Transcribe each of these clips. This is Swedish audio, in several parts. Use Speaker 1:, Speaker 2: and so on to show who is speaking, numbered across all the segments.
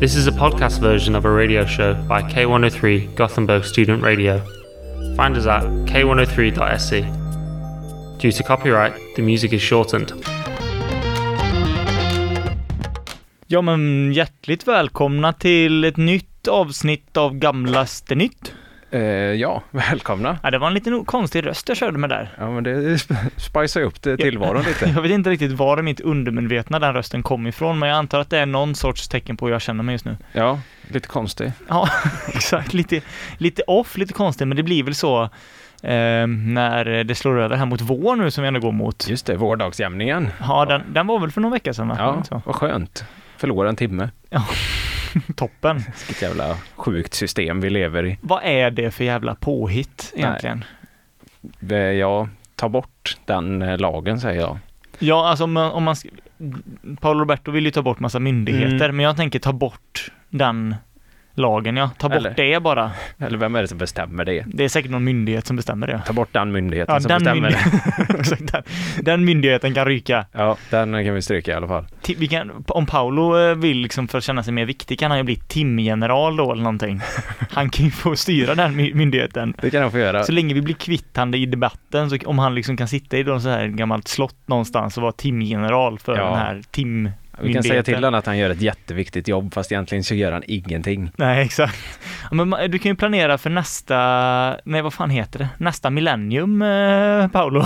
Speaker 1: This is a podcast version of a radio show by K103 Gothenburg Student Radio. Find us at k103.se. E. Due to copyright, the music is shortened.
Speaker 2: Ja men hjärtligt välkomna till ett nytt avsnitt av Gamlaste Nytt.
Speaker 3: Eh, ja, välkomna.
Speaker 2: Ja, det var en liten konstig röst jag körde med där.
Speaker 3: Ja, men det spicar ju upp det tillvaron lite.
Speaker 2: Jag vet inte riktigt var i mitt undermedvetna den rösten kom ifrån, men jag antar att det är någon sorts tecken på hur jag känner mig just nu.
Speaker 3: Ja, lite konstig.
Speaker 2: Ja, exakt. Lite, lite off, lite konstigt, men det blir väl så eh, när det slår över här mot vår nu som vi ändå går mot.
Speaker 3: Just det, vårdagsjämningen.
Speaker 2: Ja, den, den var väl för någon vecka sedan va? Var det
Speaker 3: Ja,
Speaker 2: inte så?
Speaker 3: vad skönt. Förlora en timme.
Speaker 2: Toppen.
Speaker 3: Vilket jävla sjukt system vi lever i.
Speaker 2: Vad är det för jävla påhitt egentligen?
Speaker 3: Det- Jag tar bort den eh, lagen, säger jag.
Speaker 2: Ja, alltså om man, om man sk- Paolo Roberto vill ju ta bort massa myndigheter,
Speaker 3: Mm.
Speaker 2: men jag tänker ta bort den lagen, ja. Ta bort
Speaker 3: Eller-
Speaker 2: det bara.
Speaker 3: Eller vem är det som bestämmer det?
Speaker 2: Det är säkert någon myndighet som bestämmer det.
Speaker 3: Ta bort den myndigheten
Speaker 2: Ja,
Speaker 3: som
Speaker 2: den,
Speaker 3: bestämmer det.
Speaker 2: myndig- Exakt, den, den myndigheten kan ryka.
Speaker 3: Ja, den kan vi stryka i alla fall.
Speaker 2: Ti- Vi kan, om Paolo eh, vill liksom för att känna sig mer viktig kan han ju bli timgeneral då eller någonting. Han kan ju få styra den my- myndigheten.
Speaker 3: Det kan de få göra.
Speaker 2: Så länge vi blir kvittande i debatten, så om han liksom kan sitta i någon så här gammalt slott någonstans och vara timgeneral för
Speaker 3: Ja.
Speaker 2: den här tim
Speaker 3: Vi kan säga till honom att han gör ett jätteviktigt jobb, fast egentligen så gör han ingenting.
Speaker 2: Nej, exakt. Ja, Men ma- du kan ju planera för nästa, nej vad fan heter det, nästa millennium, eh, Paolo.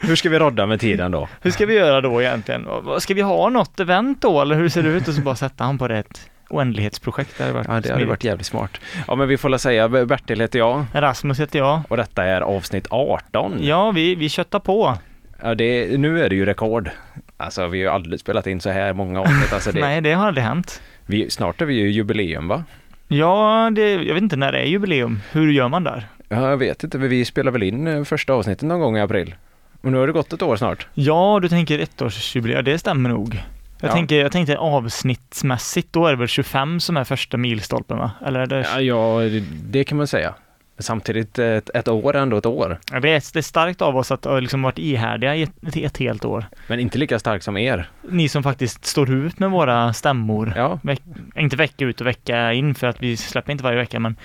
Speaker 3: Hur ska vi rodda med tiden då?
Speaker 2: Hur ska vi göra då egentligen? Vad- vad- Ska vi ha något event då, eller hur ser det ut? Och så bara sätta han på det ett oändlighetsprojekt. Det hade varit
Speaker 3: Ja, det hade
Speaker 2: smidigt.
Speaker 3: varit jävligt smart. Ja, men vi får väl säga, Bertil heter jag.
Speaker 2: Rasmus heter jag.
Speaker 3: Och detta är avsnitt 18.
Speaker 2: Ja, vi, vi köttar på.
Speaker 3: Ja, det, nu är det ju rekord. Alltså vi har ju aldrig spelat in så här många avsnitt. Alltså, det,
Speaker 2: Nej, det har aldrig hänt.
Speaker 3: vi, snart är vi ju jubileum va?
Speaker 2: Ja, det, jag vet inte när det är jubileum. Hur gör man där?
Speaker 3: Ja, jag vet inte, men vi spelar väl in eh, första avsnittet någon gång i april. Och nu har det gått ett år snart.
Speaker 2: Ja, du tänker ettårsjubileum, det stämmer nog. Jag,
Speaker 3: Ja.
Speaker 2: tänker, jag tänkte avsnittsmässigt, då är det väl 25 som är första milstolpen va? Eller är det
Speaker 3: Ja, ja det, det kan man säga. Men Samtidigt, eh, ett, ett år är ändå ett år.
Speaker 2: Ja, Det är, det är starkt av oss att ha liksom varit ihärdiga i ett, i ett helt år.
Speaker 3: Men inte lika stark som er.
Speaker 2: Ni som faktiskt står ut med våra stämmor.
Speaker 3: Ja,
Speaker 2: Inte vecka ut och vecka in för att vi släpper inte varje vecka men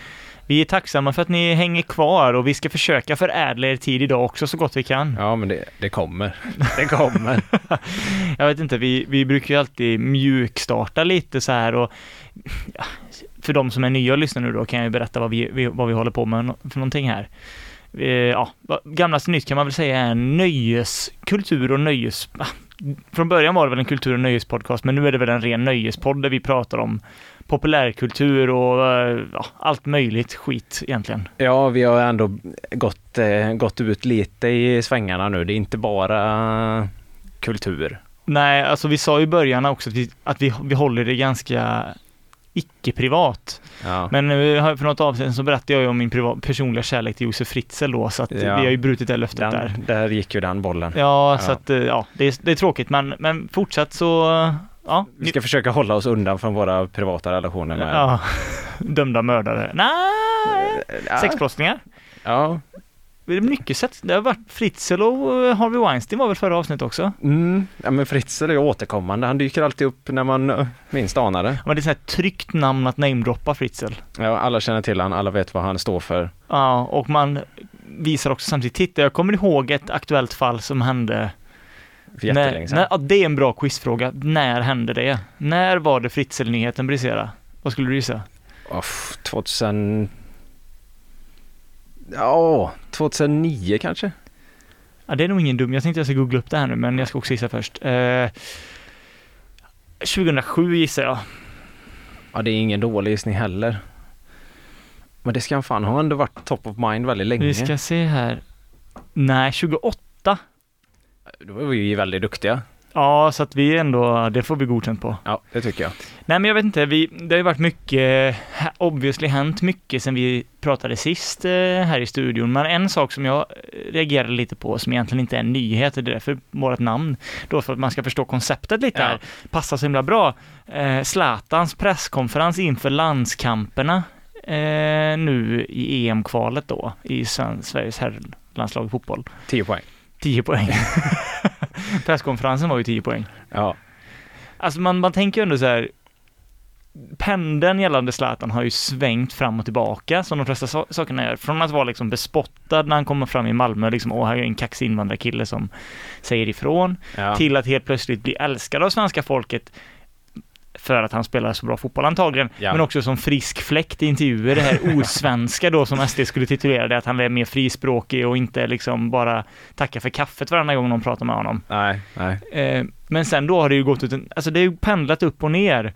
Speaker 2: vi är tacksamma för att ni hänger kvar och vi ska försöka förädla er tid idag också så gott vi kan.
Speaker 3: ja men det, det kommer. Det kommer.
Speaker 2: Jag vet inte, vi, vi brukar ju alltid mjukstarta lite så här och ja, för de som är nya och lyssnar nu då kan jag ju berätta vad vi, vi, vad vi håller på med nå- för någonting här. Eh, Ja, va- gamlaste nytt kan man väl säga är en nöjeskultur och nöjes... ah, Från början var det väl en kultur och nöjespodcast, men nu är det väl en ren nöjespodd där vi pratar om populärkultur och eh, ja, allt möjligt skit egentligen.
Speaker 3: Ja, vi har ändå gått, eh, gått ut lite i svängarna nu. Det är inte bara kultur.
Speaker 2: Nej, alltså vi sa ju i början också att vi, att vi, vi håller det ganska icke-privat.
Speaker 3: Ja.
Speaker 2: Men eh, har- för något avsnitt så berättade jag ju om min priva- personliga kärlek till Josef Fritzl då, så att eh,
Speaker 3: Ja.
Speaker 2: vi har ju brutit det löftet
Speaker 3: Den,
Speaker 2: där.
Speaker 3: där. gick ju den bollen.
Speaker 2: Ja, så
Speaker 3: Ja.
Speaker 2: att eh, ja, det är, det är tråkigt, men, men fortsatt så, eh, ja.
Speaker 3: Vi ska försöka hålla oss undan från våra privata relationer med...
Speaker 2: ja. Dömda mördare. Nej,
Speaker 3: Ja.
Speaker 2: sexbrottslingar.
Speaker 3: Ja. Det är
Speaker 2: Mycket sätt. Det har varit Fritzl och eh, Harvey Weinstein var väl förra avsnittet också?
Speaker 3: Mm. ja, men Fritzl är ju återkommande. Han dyker alltid upp när man eh, minst anar det.
Speaker 2: Ja, Men det är ett sånt här tryggt namn att namedroppa Fritzl.
Speaker 3: Ja, alla känner till han, alla vet vad han står för.
Speaker 2: Ja, och man visar också samtidigt, titta jag kommer ihåg ett aktuellt fall som hände
Speaker 3: För jättelänge
Speaker 2: När,
Speaker 3: sedan.
Speaker 2: när, ja, det är en bra quizfråga. När hände det? När var det Fritzl-nyheten briserade? Vad skulle du gissa?
Speaker 3: Off, 2000... Ja, 2009 kanske?
Speaker 2: Ja, det är nog ingen dum. Jag tänkte jag ska googla upp det här nu, men jag ska också gissa först. Eh, 2007 gissar jag.
Speaker 3: Ja, det är ingen dålig gissning heller. Men det ska han fan ha. Han har ändå varit top of mind väldigt länge.
Speaker 2: Vi ska se här. Nej, 28.
Speaker 3: Då var vi ju väldigt duktiga.
Speaker 2: Ja, så att vi är ändå, det får vi godkänt på.
Speaker 3: Ja, det tycker jag.
Speaker 2: Nej, men jag vet inte, vi, det har ju varit mycket, ha- obviously hänt mycket sen vi pratade sist eh, här i studion, men en sak som jag eh, reagerade lite på, som egentligen inte är en nyhet, och det är därför vårt namn, då för att man ska förstå konceptet lite
Speaker 3: Ja.
Speaker 2: här, passar så himla bra. Eh, Zlatans presskonferens inför landskamperna eh, nu i EM-kvalet då, i Sven- Sveriges herrlandslag i fotboll.
Speaker 3: 10 poäng.
Speaker 2: 10 poäng. Presskonferensen var ju 10 poäng.
Speaker 3: Ja.
Speaker 2: Alltså man, man tänker ju ändå så här, pendeln gällande Zlatan har ju svängt fram och tillbaka som de flesta so- sakerna gör. Från att vara liksom bespottad när han kommer fram i Malmö, liksom åh, här är en kaxig invandrarkille som säger ifrån,
Speaker 3: Ja.
Speaker 2: till att helt plötsligt bli älskad av svenska folket för att han spelar så bra fotboll antagligen,
Speaker 3: Ja.
Speaker 2: men också som frisk fläkt i intervjuer, det här osvenska då som SD skulle titulera det, att han är mer frispråkig och inte liksom bara tackar för kaffet varenda gång någon pratar med honom.
Speaker 3: Nej, nej.
Speaker 2: Eh, men sen då har det ju gått ut, en, alltså det har ju pendlat upp och ner.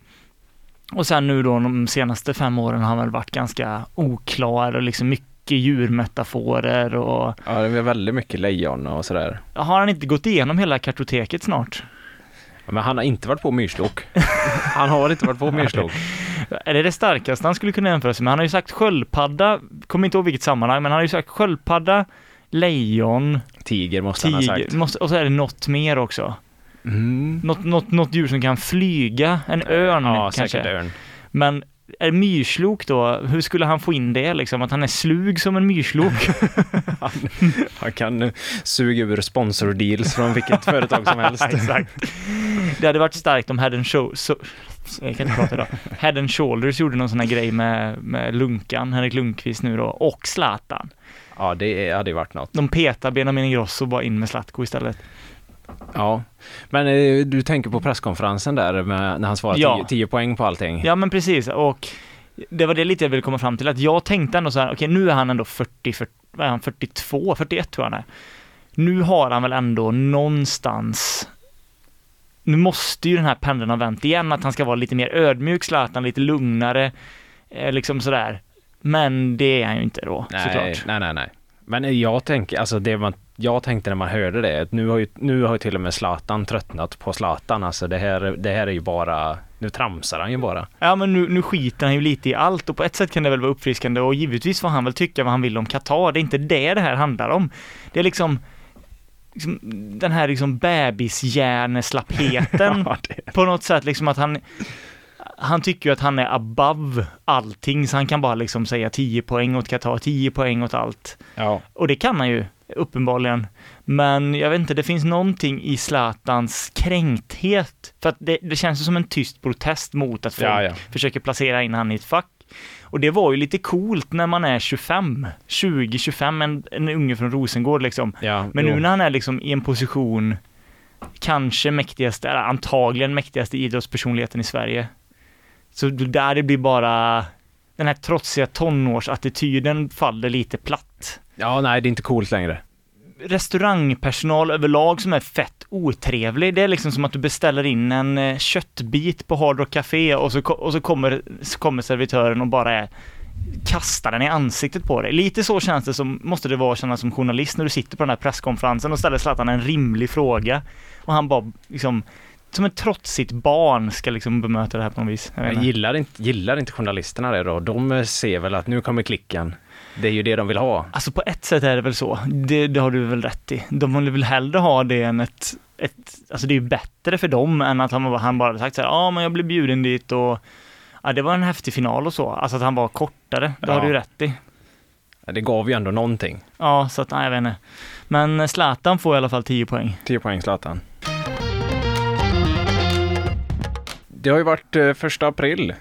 Speaker 2: Och sen nu då de senaste fem åren har han väl varit ganska oklar och liksom mycket djurmetaforer och
Speaker 3: Ja, det är väldigt mycket lejon och sådär.
Speaker 2: har han inte gått igenom hela kartoteket snart?
Speaker 3: Ja, Men han har inte varit på myrslok. Han har inte varit på myrslok.
Speaker 2: Är det det starkaste han skulle kunna jämföra sig med? Han har ju sagt sköldpadda, kommer inte ihåg vilket sammanhang, men han har ju sagt sköldpadda, lejon,
Speaker 3: Tiger måste han ha sagt.
Speaker 2: tiger, måste, och så är det något mer också.
Speaker 3: Mm.
Speaker 2: Något, något, något djur som kan flyga, en örn
Speaker 3: Ja,
Speaker 2: kanske.
Speaker 3: säkert örn.
Speaker 2: Men är myrslok då, hur skulle han få in det liksom? Att han är slug som en myrslok?
Speaker 3: Han kan eh, suga ur sponsordeals från vilket företag som helst.
Speaker 2: Exakt. Det hade varit starkt om Head and Shoulders, so, jag kan inte prata idag, Head and Shoulders gjorde någon sån här grej med, med Lunkan, Henrik Lundqvist nu då, och Zlatan.
Speaker 3: Ja, det hade ju varit något.
Speaker 2: De petar Benjamin Ingrosso bara in med Zlatko istället.
Speaker 3: Ja. Men eh, du tänker på presskonferensen där med, när han svarade
Speaker 2: Ja.
Speaker 3: 10 poäng på allting?
Speaker 2: Ja men precis, och det var det lite jag ville komma fram till, att jag tänkte ändå så här, okej nu är han ändå 40, 40 vad är han, 42, 41 tror jag han är. Nu har han väl ändå någonstans, nu måste ju den här pendeln ha vänt igen, att han ska vara lite mer ödmjuk Zlatan, lite lugnare, eh, liksom sådär. Men det är han ju inte då,
Speaker 3: nej,
Speaker 2: såklart.
Speaker 3: nej, nej, nej. Men jag tänker, alltså det man, jag tänkte när man hörde det, att nu har ju, nu har ju till och med Zlatan tröttnat på Zlatan. Alltså det här, det här är ju bara, nu tramsar han ju bara.
Speaker 2: Ja men nu, nu skiter han ju lite i allt och på ett sätt kan det väl vara uppfriskande och givetvis får han väl tycka vad han vill om Qatar. Det är inte det det här handlar om. Det är liksom, liksom den här liksom bebishjärneslappheten
Speaker 3: Ja, det-
Speaker 2: på något sätt liksom att han han tycker ju att han är above allting så han kan bara liksom säga 10 poäng åt Qatar, 10 poäng åt allt.
Speaker 3: ja.
Speaker 2: Och det kan han ju, uppenbarligen. Men jag vet inte, det finns någonting i Zlatans kränkthet. För att det, det känns ju som en tyst protest mot att folk
Speaker 3: Ja, ja.
Speaker 2: försöker placera in han i ett fack. Och det var ju lite coolt när man är 25, 20-25, en, en unge från Rosengård liksom.
Speaker 3: ja
Speaker 2: Men
Speaker 3: jo.
Speaker 2: nu när han är liksom i en position, kanske mäktigaste, eller antagligen mäktigaste idrottspersonligheten i Sverige. Så det där det blir bara, den här trotsiga tonårsattityden faller lite platt.
Speaker 3: Ja, nej, det är inte coolt längre.
Speaker 2: Restaurangpersonal överlag som är fett otrevlig, det är liksom som att du beställer in en eh, köttbit på Hard Rock Café och så, ko- och så, kommer, så kommer servitören och bara är kastar den i ansiktet på dig. Lite så känns det som, måste det vara kännas som journalist när du sitter på den här presskonferensen och ställer Zlatan en rimlig fråga och han bara liksom, som ett trotsigt barn ska liksom bemöta det här på något vis. Jag vet
Speaker 3: Jag
Speaker 2: inte.
Speaker 3: gillar, inte, gillar inte journalisterna det då? De eh, ser väl att nu kommer klicken. Det är ju det de vill ha.
Speaker 2: Alltså på ett sätt är det väl så, det, det har du väl rätt i. De vill väl hellre ha det än ett, ett alltså det är ju bättre för dem än att han, han bara hade sagt så här, ja ah, men jag blev bjuden dit och ja det var en häftig final och så. Alltså att han var kortare, det har
Speaker 3: Ja.
Speaker 2: du ju rätt i.
Speaker 3: Det gav ju ändå någonting.
Speaker 2: Ja, så att nej, jag vet inte. Men Zlatan får i alla fall 10 poäng.
Speaker 3: 10 poäng Zlatan. Det har ju varit eh, första april.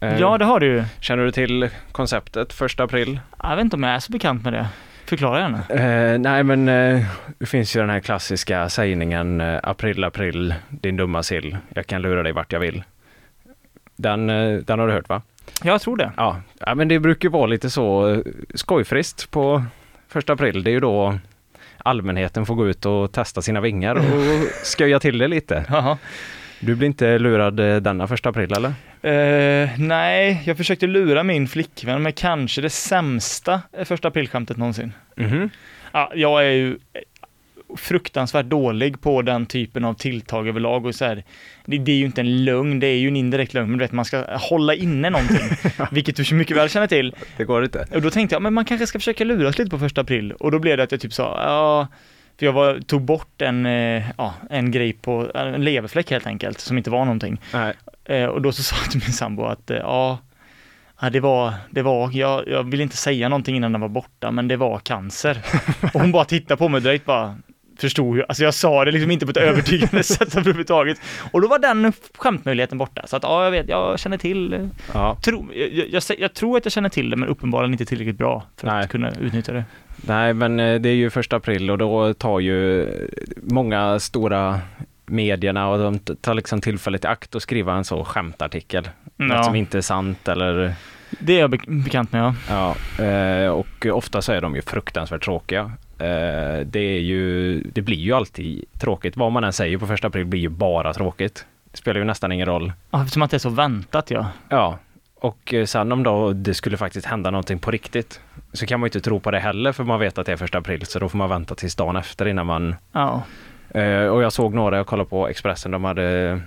Speaker 3: Eh,
Speaker 2: Ja, det har du ju.
Speaker 3: Känner du till konceptet första april?
Speaker 2: Jag vet inte om jag är så bekant med det. Förklara gärna.
Speaker 3: Eh, nej men eh, det finns ju den här klassiska sägningen eh, april april din dumma sill jag kan lura dig vart jag vill. Den, eh, den har du hört va?
Speaker 2: Jag tror det.
Speaker 3: Ja, ja men det brukar ju vara lite så eh, skojfriskt på första april. Det är ju då allmänheten får gå ut och testa sina vingar och sköja till det lite.
Speaker 2: Jaha.
Speaker 3: Du blir inte lurad eh, denna första april eller?
Speaker 2: Eh, nej, jag försökte lura min flickvän med kanske det sämsta första aprilskämtet någonsin.
Speaker 3: Mhm.
Speaker 2: Ja, jag är ju eh, fruktansvärt dålig på den typen av tilltag överlag och så här, det, det är ju inte en lögn, det är ju en indirekt lögn, men du vet man ska hålla inne någonting, vilket du så mycket väl känner till.
Speaker 3: Det går inte.
Speaker 2: Och då tänkte jag, men man kanske ska försöka luras lite på första april. Och då blev det att jag typ sa, ja, för jag var, tog bort en, eh, ja, en grej på, en leverfläck helt enkelt, som inte var någonting.
Speaker 3: Nej.
Speaker 2: Eh, och då så sa jag till min sambo att, eh, ja, ja, det var, det var, jag, jag ville inte säga någonting innan den var borta, men det var cancer. Och hon bara tittade på mig direkt bara, förstod ju, alltså jag sa det liksom inte på ett övertygande sätt överhuvudtaget. Och då var den skämtmöjligheten borta. Så att ja, jag vet, jag känner till, eh,
Speaker 3: Ja.
Speaker 2: tro, jag, jag, jag, sä- jag tror att jag känner till det men uppenbarligen inte tillräckligt bra för
Speaker 3: Nej.
Speaker 2: att kunna utnyttja det.
Speaker 3: Nej, men eh, det är ju första april och då tar ju många stora medierna och de tar liksom tillfället i akt att skriva en så skämtartikel.
Speaker 2: Ja.
Speaker 3: Något som inte är sant eller
Speaker 2: Det är jag bek- bekant med ja.
Speaker 3: Ja, eh, och ofta så är de ju fruktansvärt tråkiga. Eh, Det, är ju, det blir ju alltid tråkigt. Vad man än säger på första april blir ju bara tråkigt. Det spelar ju nästan ingen roll.
Speaker 2: Ja, Eftersom att det är så väntat ja.
Speaker 3: Ja, och eh, sen om då det skulle faktiskt hända någonting på riktigt så kan man ju inte tro på det heller för man vet att det är första april så då får man vänta tills dagen efter innan man...
Speaker 2: Ja.
Speaker 3: Eh, Och jag såg några, jag kollade på Expressen, de hade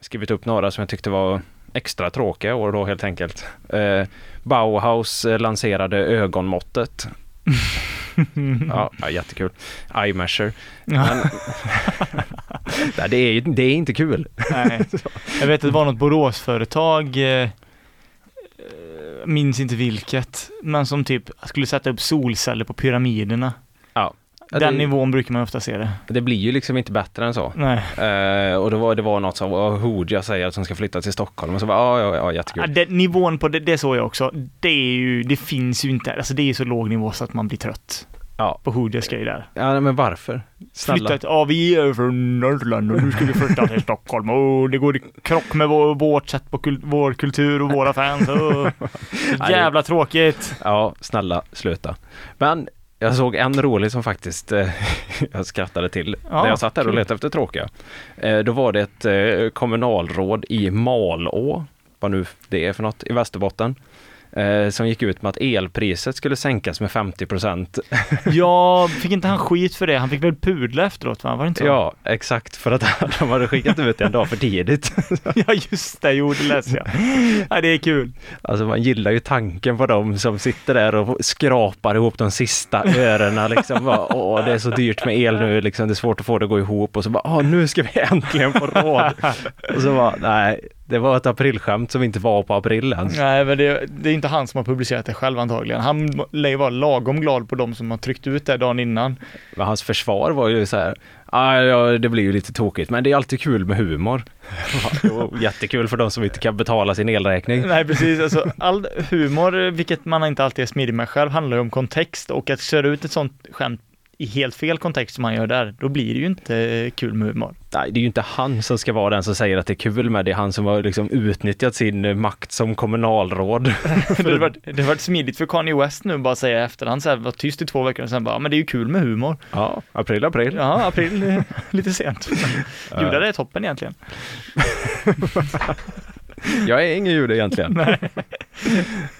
Speaker 3: skrivit upp några som jag tyckte var extra tråkiga år då helt enkelt. Eh, Bauhaus eh, lanserade ögonmåttet. Ja, ja jättekul. Eye measure.
Speaker 2: Ja.
Speaker 3: Nej, det, är, ju- det är inte kul.
Speaker 2: Nej. Jag vet att det var något Boråsföretag, eh, eh, minns inte vilket, men som typ skulle sätta upp solceller på pyramiderna.
Speaker 3: Ja.
Speaker 2: Den
Speaker 3: det,
Speaker 2: nivån brukar man ofta se det.
Speaker 3: det blir ju liksom inte bättre än så.
Speaker 2: Nej.
Speaker 3: Eh, och det var, det var något som, oh, Hooja säger att de ska flytta till Stockholm. Och så bara, ja, ja, ja,
Speaker 2: Ja,
Speaker 3: jättekul.
Speaker 2: det, nivån på det, det såg jag också. Det är ju, det finns ju inte, alltså det är ju så låg nivå så att man blir trött
Speaker 3: Ja.
Speaker 2: på Hoodias grej där.
Speaker 3: Ja, men varför? Snälla.
Speaker 2: Flyttat, ja vi är från Norrland och nu ska vi flytta till Stockholm och det går i krock med vår, vårt sätt på kul, vår kultur och våra fans. Och,
Speaker 3: det-
Speaker 2: jävla tråkigt.
Speaker 3: Ja, snälla, sluta. Men jag såg en rolig som faktiskt eh, jag skrattade till
Speaker 2: Ja,
Speaker 3: när jag satt där och
Speaker 2: kul.
Speaker 3: letade efter tråkiga. Eh, då var det ett eh, kommunalråd i Malå, vad nu det är för något, i Västerbotten, eh, som gick ut med att elpriset skulle sänkas med 50 procent.
Speaker 2: Ja, fick inte han skit för det? Han fick väl pudla efteråt va? Var det inte så?
Speaker 3: Ja, exakt, för att de hade skickat ut det en dag för tidigt.
Speaker 2: ja just det, jo det läste jag. Ja, det är kul.
Speaker 3: Alltså man gillar ju tanken på dem som sitter där och skrapar ihop de sista örena liksom. Bara, Åh, det är så dyrt med el nu liksom. Det är svårt att få det att gå ihop och så bara, "Ah, nu ska vi äntligen få råd. Och så bara, nej, det var ett aprilskämt som inte var på april ens.
Speaker 2: Nej, men det, det är inte han som har publicerat det själv antagligen. Han lär ju vara lagom glad på de som har tryckt ut det dagen innan.
Speaker 3: Men hans försvar var ju så här, "Ah, ja, det blir ju lite tokigt, men det är alltid kul med humor. Jag bara, "Jo, Jättekul för de som inte kan betala sin elräkning.
Speaker 2: Nej, precis. Alltså, all humor, vilket man inte alltid är smidig med själv, handlar ju om kontext och att köra ut ett sånt skämt i helt fel kontext som man gör där, då blir det ju inte eh, kul med humor.
Speaker 3: Nej, det är ju inte han som ska vara den som säger att det är kul med det. är han som har liksom utnyttjat sin eh, makt som kommunalråd.
Speaker 2: Det hade varit, det hade varit smidigt för Kanye West nu bara säga i efterhand så här, var tyst i två veckor och sen bara, "Ja, men det är ju kul med humor.
Speaker 3: Ja, april, april.
Speaker 2: Ja, april, eh, lite sent. Men Judar är toppen egentligen.
Speaker 3: Jag är ingen jude egentligen.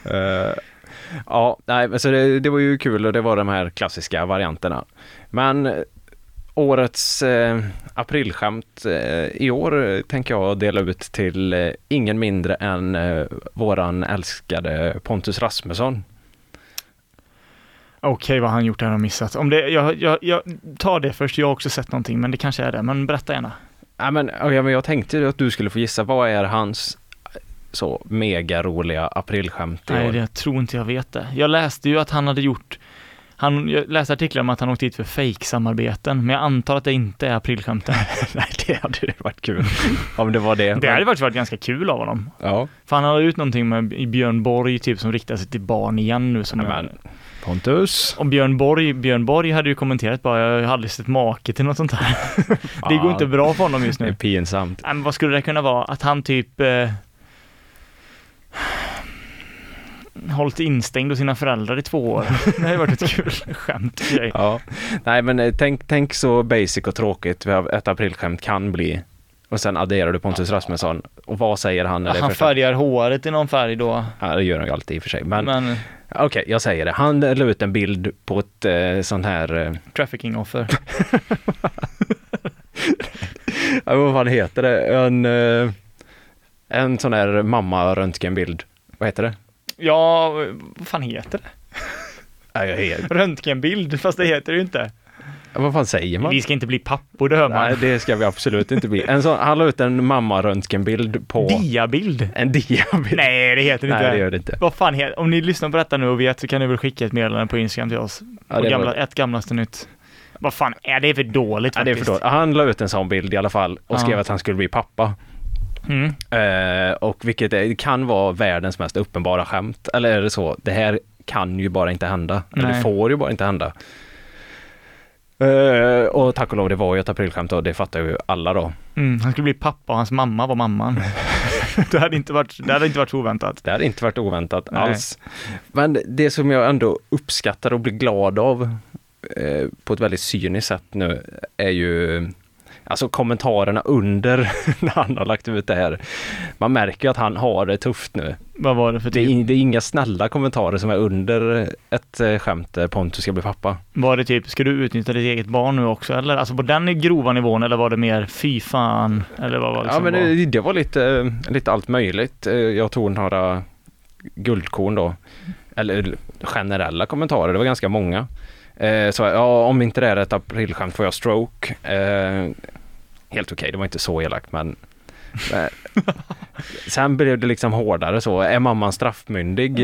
Speaker 3: Eh, ja, nej, men så det, det var ju kul och det var de här klassiska varianterna. Men eh, årets eh, aprilskämt eh, i år eh, tänker jag dela ut till eh, ingen mindre än eh, våran älskade Pontus Rasmusson.
Speaker 2: Okej, vad har han gjort där och missat? Om det, jag, jag, jag tar det först, jag har också sett någonting, men det kanske är det. Men berätta gärna.
Speaker 3: Ja, men, ja, men jag tänkte ju att du skulle få gissa, vad är hans eh, så mega roliga aprilskämt i
Speaker 2: Nej,
Speaker 3: år?
Speaker 2: det, jag tror inte jag vet det. Jag läste ju att han hade gjort, han, jag läste artiklar om att han åkte hit för fejksamarbeten, men jag antar att det inte är aprilskämten.
Speaker 3: Nej, det hade ju varit kul om det var det.
Speaker 2: Det hade faktiskt varit ganska kul av honom.
Speaker 3: Ja.
Speaker 2: För han har ut någonting med Björn Borg typ som riktar sig till barn igen nu som
Speaker 3: Ja, men. Pontus.
Speaker 2: Om Björn Borg, Björn Borg hade ju kommenterat bara, jag har aldrig sett make till något sånt här. Det går inte bra för honom just
Speaker 3: Det
Speaker 2: nu.
Speaker 3: är pinsamt.
Speaker 2: Nej, men vad skulle det kunna vara? Att han typ eh, hållit instängd hos sina föräldrar i två år. Det hade varit ett kul skämt grej.
Speaker 3: Ja. Nej men eh, tänk, tänk så basic och tråkigt vi har- ett aprilskämt kan bli. Och sen adderar du Pontus Rasmusson. Och vad säger han när det är
Speaker 2: Han
Speaker 3: första?
Speaker 2: färgar håret i någon färg då.
Speaker 3: Ja, det gör han ju alltid i och för sig. Men,
Speaker 2: Men
Speaker 3: okej, jag säger det. Han la ut en bild på ett eh, sånt här, eh,
Speaker 2: trafficking-offer.
Speaker 3: ja, vad fan heter det? En, eh, en sån här mamma-röntgenbild. Vad heter det?
Speaker 2: Ja, vad fan heter det?
Speaker 3: Ja, jag heter.
Speaker 2: Röntgenbild, fast det heter det ju inte.
Speaker 3: Vad fan säger man?
Speaker 2: Vi ska inte bli pappor, det hör
Speaker 3: Nej,
Speaker 2: man.
Speaker 3: det ska vi absolut inte bli. En sån, han la ut en mamma-röntgenbild på
Speaker 2: Diabild?
Speaker 3: en diabild.
Speaker 2: Nej, det heter det inte.
Speaker 3: Nej, det gör det inte.
Speaker 2: Vad fan heter Om ni lyssnar på detta nu och vet så kan ni väl skicka ett meddelande på Instagram till oss.
Speaker 3: Ja,
Speaker 2: på
Speaker 3: det
Speaker 2: gamla,
Speaker 3: var-
Speaker 2: ett gamlaste nytt. Vad fan är det för dåligt
Speaker 3: Ja, det är
Speaker 2: faktiskt?
Speaker 3: för dåligt. Han la ut en sån bild i alla fall och skrev
Speaker 2: Ja.
Speaker 3: att han skulle bli pappa.
Speaker 2: Mm.
Speaker 3: Eh, och vilket är, det kan vara världens mest uppenbara skämt. Eller är det så? Det här kan ju bara inte hända. Eller
Speaker 2: Nej.
Speaker 3: det får ju bara inte hända. Eh, och tack och lov, det var ju ett aprilskämt och det fattar ju alla då.
Speaker 2: Mm. Han skulle bli pappa och hans mamma var mamman. det, hade inte varit, det hade inte varit så oväntat.
Speaker 3: Det hade inte varit oväntat
Speaker 2: Nej.
Speaker 3: alls. Men det som jag ändå uppskattar och blir glad av eh, på ett väldigt cyniskt sätt nu är ju alltså kommentarerna under när han har lagt ut det här. Man märker ju att han har det tufft nu.
Speaker 2: Vad var det för
Speaker 3: Det är,
Speaker 2: typ?
Speaker 3: in- det är inga snälla kommentarer som är under ett eh, skämt där Pontus ska bli pappa.
Speaker 2: Var det typ, ska du utnyttja ditt eget barn nu också eller? Alltså på den grova nivån eller var det mer, fy fan? Eller vad var liksom det
Speaker 3: ja,
Speaker 2: som
Speaker 3: men
Speaker 2: var?
Speaker 3: det, det var lite, eh, lite allt möjligt. Eh, Jag tog några guldkorn då, eller generella kommentarer, det var ganska många. Eh, Så ja, om inte det är ett aprilskämt får jag stroke. Eh, Helt okej, det var inte så elakt men men- Sen blev det liksom hårdare så, är mamman straffmyndig?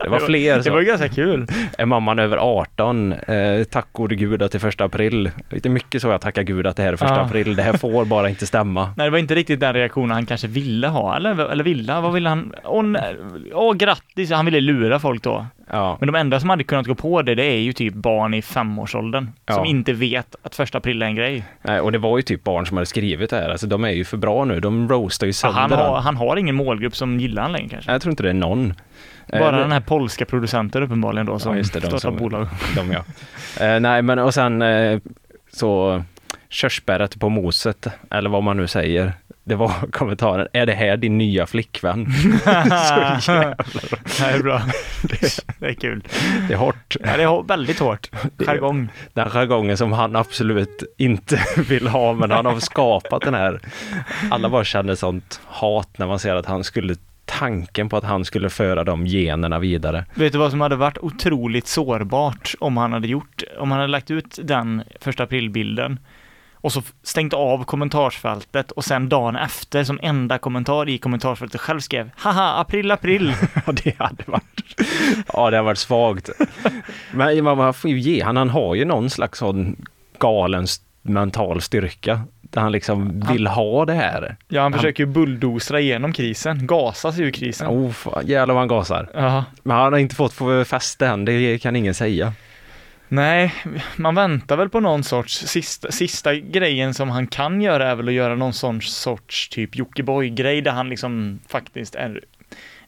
Speaker 3: det var fler
Speaker 2: Det
Speaker 3: så.
Speaker 2: var ju ganska kul.
Speaker 3: Är mamman över 18? Eh, tack gode gud att det är första april. Det är mycket så jag tackar gud att det här är första
Speaker 2: Ah.
Speaker 3: april. Det här får bara inte stämma.
Speaker 2: Nej, det var inte riktigt den reaktionen han kanske ville ha, eller, eller ville, vad ville han? Åh, nej. Åh, grattis! Han ville lura folk då.
Speaker 3: Ja,
Speaker 2: Men de enda som hade kunnat gå på det, det är ju typ barn i femårsåldern,
Speaker 3: Ja.
Speaker 2: som inte vet att första april är en grej.
Speaker 3: Nej, och det var ju typ barn som hade skrivit det här. Alltså de är ju för bra nu. De roastar ju sönder
Speaker 2: Han har,
Speaker 3: den.
Speaker 2: han har ingen målgrupp som gillar han längre kanske.
Speaker 3: Jag tror inte det är någon. Eh,
Speaker 2: Bara
Speaker 3: det-
Speaker 2: den här polska producenten uppenbarligen då som
Speaker 3: Ja, just det, de
Speaker 2: startar
Speaker 3: som-
Speaker 2: bolag.
Speaker 3: De ja. Eh, nej, men och sen eh, så körsbäret på moset, eller vad man nu säger. Det var kommentaren, är det här din nya flickvän?
Speaker 2: Så jävla Det här är bra. Det är kul.
Speaker 3: Det är hårt.
Speaker 2: Ja, det är väldigt hårt.
Speaker 3: Det-
Speaker 2: Jargong.
Speaker 3: den jargongen som han absolut inte vill ha, men han har skapat den här. Alla bara känner sånt hat när man ser att han skulle, tanken på att han skulle föra de generna vidare.
Speaker 2: Vet du vad som hade varit otroligt sårbart om han hade gjort, om han hade lagt ut den första aprilbilden och så f- stängt av kommentarsfältet och sen dagen efter som enda kommentar i kommentarsfältet själv skrev Haha, april, april!
Speaker 3: Ja, det hade varit, ja, det hade varit svagt. Men man man får ju ge han, han har ju någon slags sån galen st- mental styrka, där han liksom vill ha det här.
Speaker 2: Ja, han försöker ju bulldosra igenom krisen, gasa sig ur krisen.
Speaker 3: Oh, fan, jävlar vad han gasar.
Speaker 2: Ja.
Speaker 3: Men han har inte fått få fäste än, det kan ingen säga.
Speaker 2: Nej, man väntar väl på någon sorts, sista, sista grejen som han kan göra är väl att göra någon sån sorts typ Jockiboi-grej där han liksom faktiskt är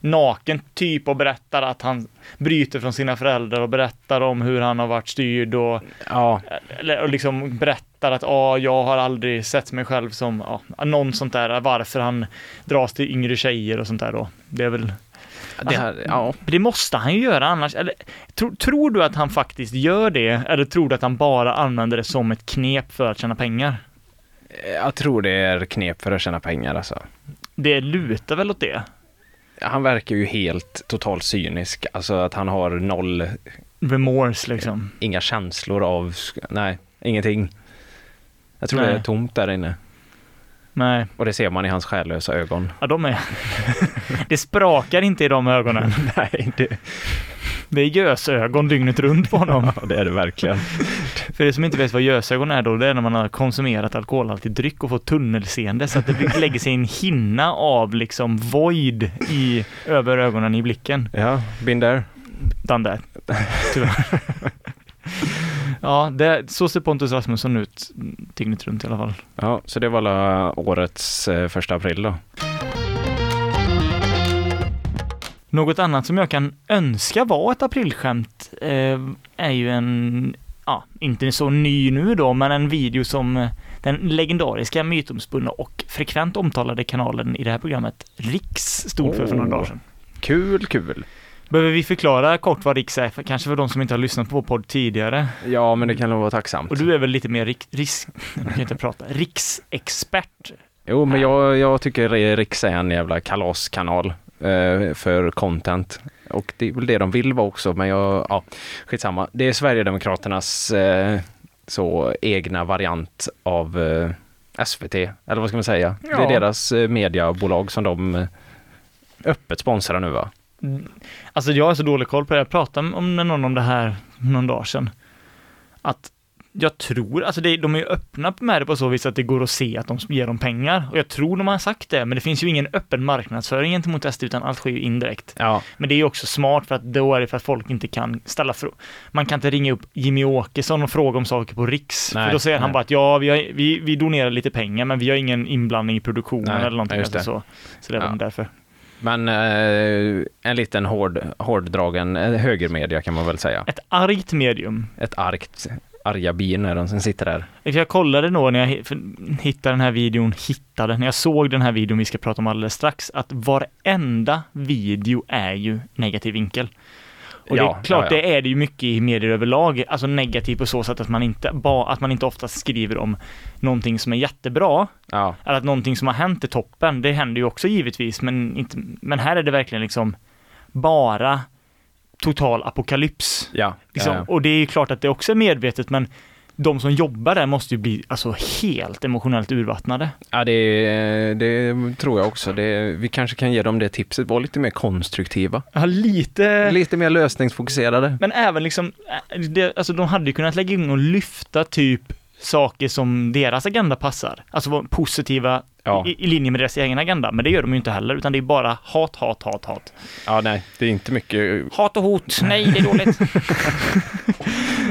Speaker 2: naken typ och berättar att han bryter från sina föräldrar och berättar om hur han har varit styrd och,
Speaker 3: Ja,
Speaker 2: eller, och liksom berättar att ah, jag har aldrig sett mig själv som, ja, någon sånt där, varför han dras till yngre tjejer och sånt där då. Det är väl
Speaker 3: det, här, ja.
Speaker 2: men Det måste han ju göra annars, eller tro, tror du att han faktiskt gör det, eller tror du att han bara använder det som ett knep för att tjäna pengar?
Speaker 3: Jag tror det är knep för att tjäna pengar alltså.
Speaker 2: Det lutar väl åt det?
Speaker 3: Han verkar ju helt totalt cynisk, alltså att han har noll,
Speaker 2: Remorse liksom.
Speaker 3: inga känslor av, sk- nej, ingenting. Jag tror det
Speaker 2: Nej.
Speaker 3: är tomt där inne.
Speaker 2: Nej,
Speaker 3: Och det ser man i hans själlösa ögon.
Speaker 2: ja de är... det sprakar inte i de ögonen.
Speaker 3: Nej, det,
Speaker 2: Det är gösögon dygnet runt på honom.
Speaker 3: ja, det är det verkligen.
Speaker 2: För er som inte vet vad gösögon är då, det är när man har konsumerat alkoholhaltig dryck och får tunnelseende så att det lägger sig en hinna av liksom void i, över ögonen i blicken.
Speaker 3: Ja, been there.
Speaker 2: den där. Tyvärr. ja, det, så ser Pontus Rasmusson ut dygnet runt i alla fall.
Speaker 3: Ja, så det var alla årets eh, första april då.
Speaker 2: Något annat som jag kan önska var ett aprilskämt eh, är ju en, ja, inte så ny nu då, men en video som eh, den legendariska, mytomspunna och frekvent omtalade kanalen i det här programmet, Riks, stod för för några
Speaker 3: Oh.
Speaker 2: dagar sedan.
Speaker 3: Kul, kul.
Speaker 2: Behöver vi förklara kort vad Riks är, för, kanske för de som inte har lyssnat på vår podd tidigare?
Speaker 3: Ja, men det kan nog vara tacksamt.
Speaker 2: Och du är väl lite mer rik, risk, jag kan inte prata, riksexpert
Speaker 3: Jo, men jag, jag tycker Riks är en jävla kalaskanal eh, för content. Och det är väl det de vill vara också, men jag, ja, skitsamma. Det är Sverigedemokraternas eh, så egna variant av eh, SVT, eller vad ska man säga? Det
Speaker 2: Ja.
Speaker 3: är deras eh, mediabolag som de eh, öppet sponsrar nu va?
Speaker 2: Alltså jag har så dålig koll på det. Jag pratade om med någon om det här någon dag sedan. att jag tror, alltså det, de är ju öppna med det på så vis att det går att se att de ger dem pengar. Och jag tror de har sagt det, men det finns ju ingen öppen marknadsföring gentemot SD, utan allt sker ju indirekt.
Speaker 3: Ja,
Speaker 2: Men det är ju också smart för att då är det för att folk inte kan ställa frågor. Man kan inte ringa upp Jimmy Åkesson och fråga om saker på Riks.
Speaker 3: Nej,
Speaker 2: för då säger han
Speaker 3: nej.
Speaker 2: bara att ja, vi, har, vi, vi donerar lite pengar, men vi har ingen inblandning i produktionen
Speaker 3: Nej,
Speaker 2: eller någonting.
Speaker 3: just
Speaker 2: Alltså, så. så det är väl
Speaker 3: Ja.
Speaker 2: därför.
Speaker 3: men eh, en liten hård, hårddragen eh, högermedia kan man väl säga.
Speaker 2: Ett argt medium.
Speaker 3: Ett argt, arga bin är de som sitter där.
Speaker 2: För Jag kollade nog när jag hi- för- hittade den här videon, hittade, när jag såg den här videon vi ska prata om alldeles strax, att varenda video är ju negativ vinkel. Och det
Speaker 3: Ja,
Speaker 2: är klart,
Speaker 3: ja, ja.
Speaker 2: det är det ju mycket i medier överlag, alltså negativ på så sätt att man inte, ba, att man inte ofta skriver om någonting som är jättebra,
Speaker 3: Ja,
Speaker 2: eller att någonting som har hänt är toppen, det händer ju också givetvis, men, inte, men här är det verkligen liksom bara total apokalyps.
Speaker 3: ja. eh.
Speaker 2: Liksom,
Speaker 3: ja, ja.
Speaker 2: Och det är ju klart att det också är medvetet, men de som jobbar där måste ju bli alltså, helt emotionellt urvattnade.
Speaker 3: ja det, eh, det tror jag också. Det, vi kanske kan ge dem det tipset, var lite mer konstruktiva.
Speaker 2: Ja, lite...
Speaker 3: Lite mer lösningsfokuserade.
Speaker 2: Men även liksom, äh, det, alltså de hade ju kunnat lägga in och lyfta typ saker som deras agenda passar. Alltså vara positiva
Speaker 3: Ja.
Speaker 2: i, i linje med deras egen agenda. Men det gör de ju inte heller, utan det är bara hat, hat, hat, hat.
Speaker 3: Ja, nej, det är inte mycket. eh,
Speaker 2: Hat och hot, nej det är dåligt.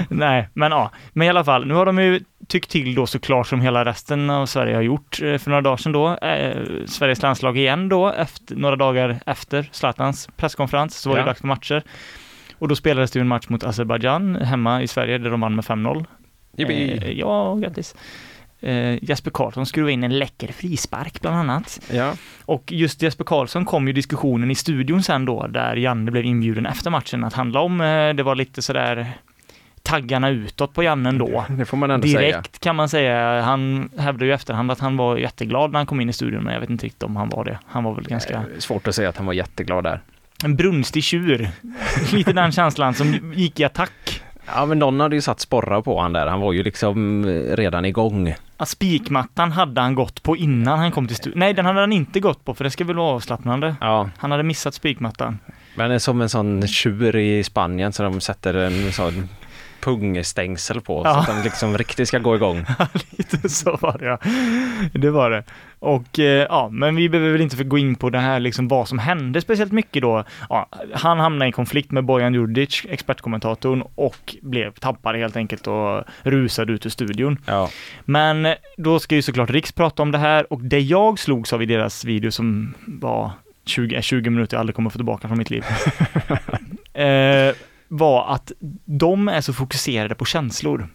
Speaker 2: nej, men ja. Men i alla fall, nu har de ju tyckt till då såklart som hela resten av Sverige har gjort eh, för några dagar sedan då. Eh, Sveriges landslag igen då, efter, några dagar efter Zlatans presskonferens, så var
Speaker 3: Ja.
Speaker 2: det dags för matcher. Och då spelades det ju en match mot Azerbajdzjan hemma i Sverige där de vann med 5-0. Eh, ja, grattis. Eh, Jesper Karlsson skruvade in en läcker frispark bland annat.
Speaker 3: Ja.
Speaker 2: Och just Jesper Karlsson kom ju diskussionen i studion sen då, där Janne blev inbjuden efter matchen att handla om, eh, det var lite sådär taggarna utåt på Janne då.
Speaker 3: Det får man ändå säga.
Speaker 2: Direkt kan man säga. Han hävdade ju i efterhand att han var jätteglad när han kom in i studion, men jag vet inte riktigt om han var det. Han var väl ganska...
Speaker 3: Eh, Svårt att säga att han var jätteglad där.
Speaker 2: En brunstig tjur. Lite den känslan som gick i attack.
Speaker 3: Ja, men någon hade ju satt sporrar på han där. Han var ju liksom eh, redan igång.
Speaker 2: Att spikmattan hade han gått på innan han kom till studion. Nej, den hade han inte gått på, för det ska väl vara avslappnande.
Speaker 3: Ja,
Speaker 2: Han hade missat spikmattan.
Speaker 3: men är som en sån tjur i Spanien så de sätter en sån pungstängsel på så
Speaker 2: Ja.
Speaker 3: att de liksom riktigt ska gå igång.
Speaker 2: Lite så var det ja. Det var det. Och eh, ja, men vi behöver väl inte för gå in på det här liksom vad som hände speciellt mycket då. Ja, han hamnade i en konflikt med Bojan Djurdjic, expertkommentatorn, och blev tappad helt enkelt och rusade ut ur studion.
Speaker 3: Ja,
Speaker 2: Men då ska ju såklart Riks prata om det här och det jag slogs av i deras video som var 20, 20 minuter jag aldrig kommer få tillbaka från mitt liv. eh, var att de är så fokuserade på känslor.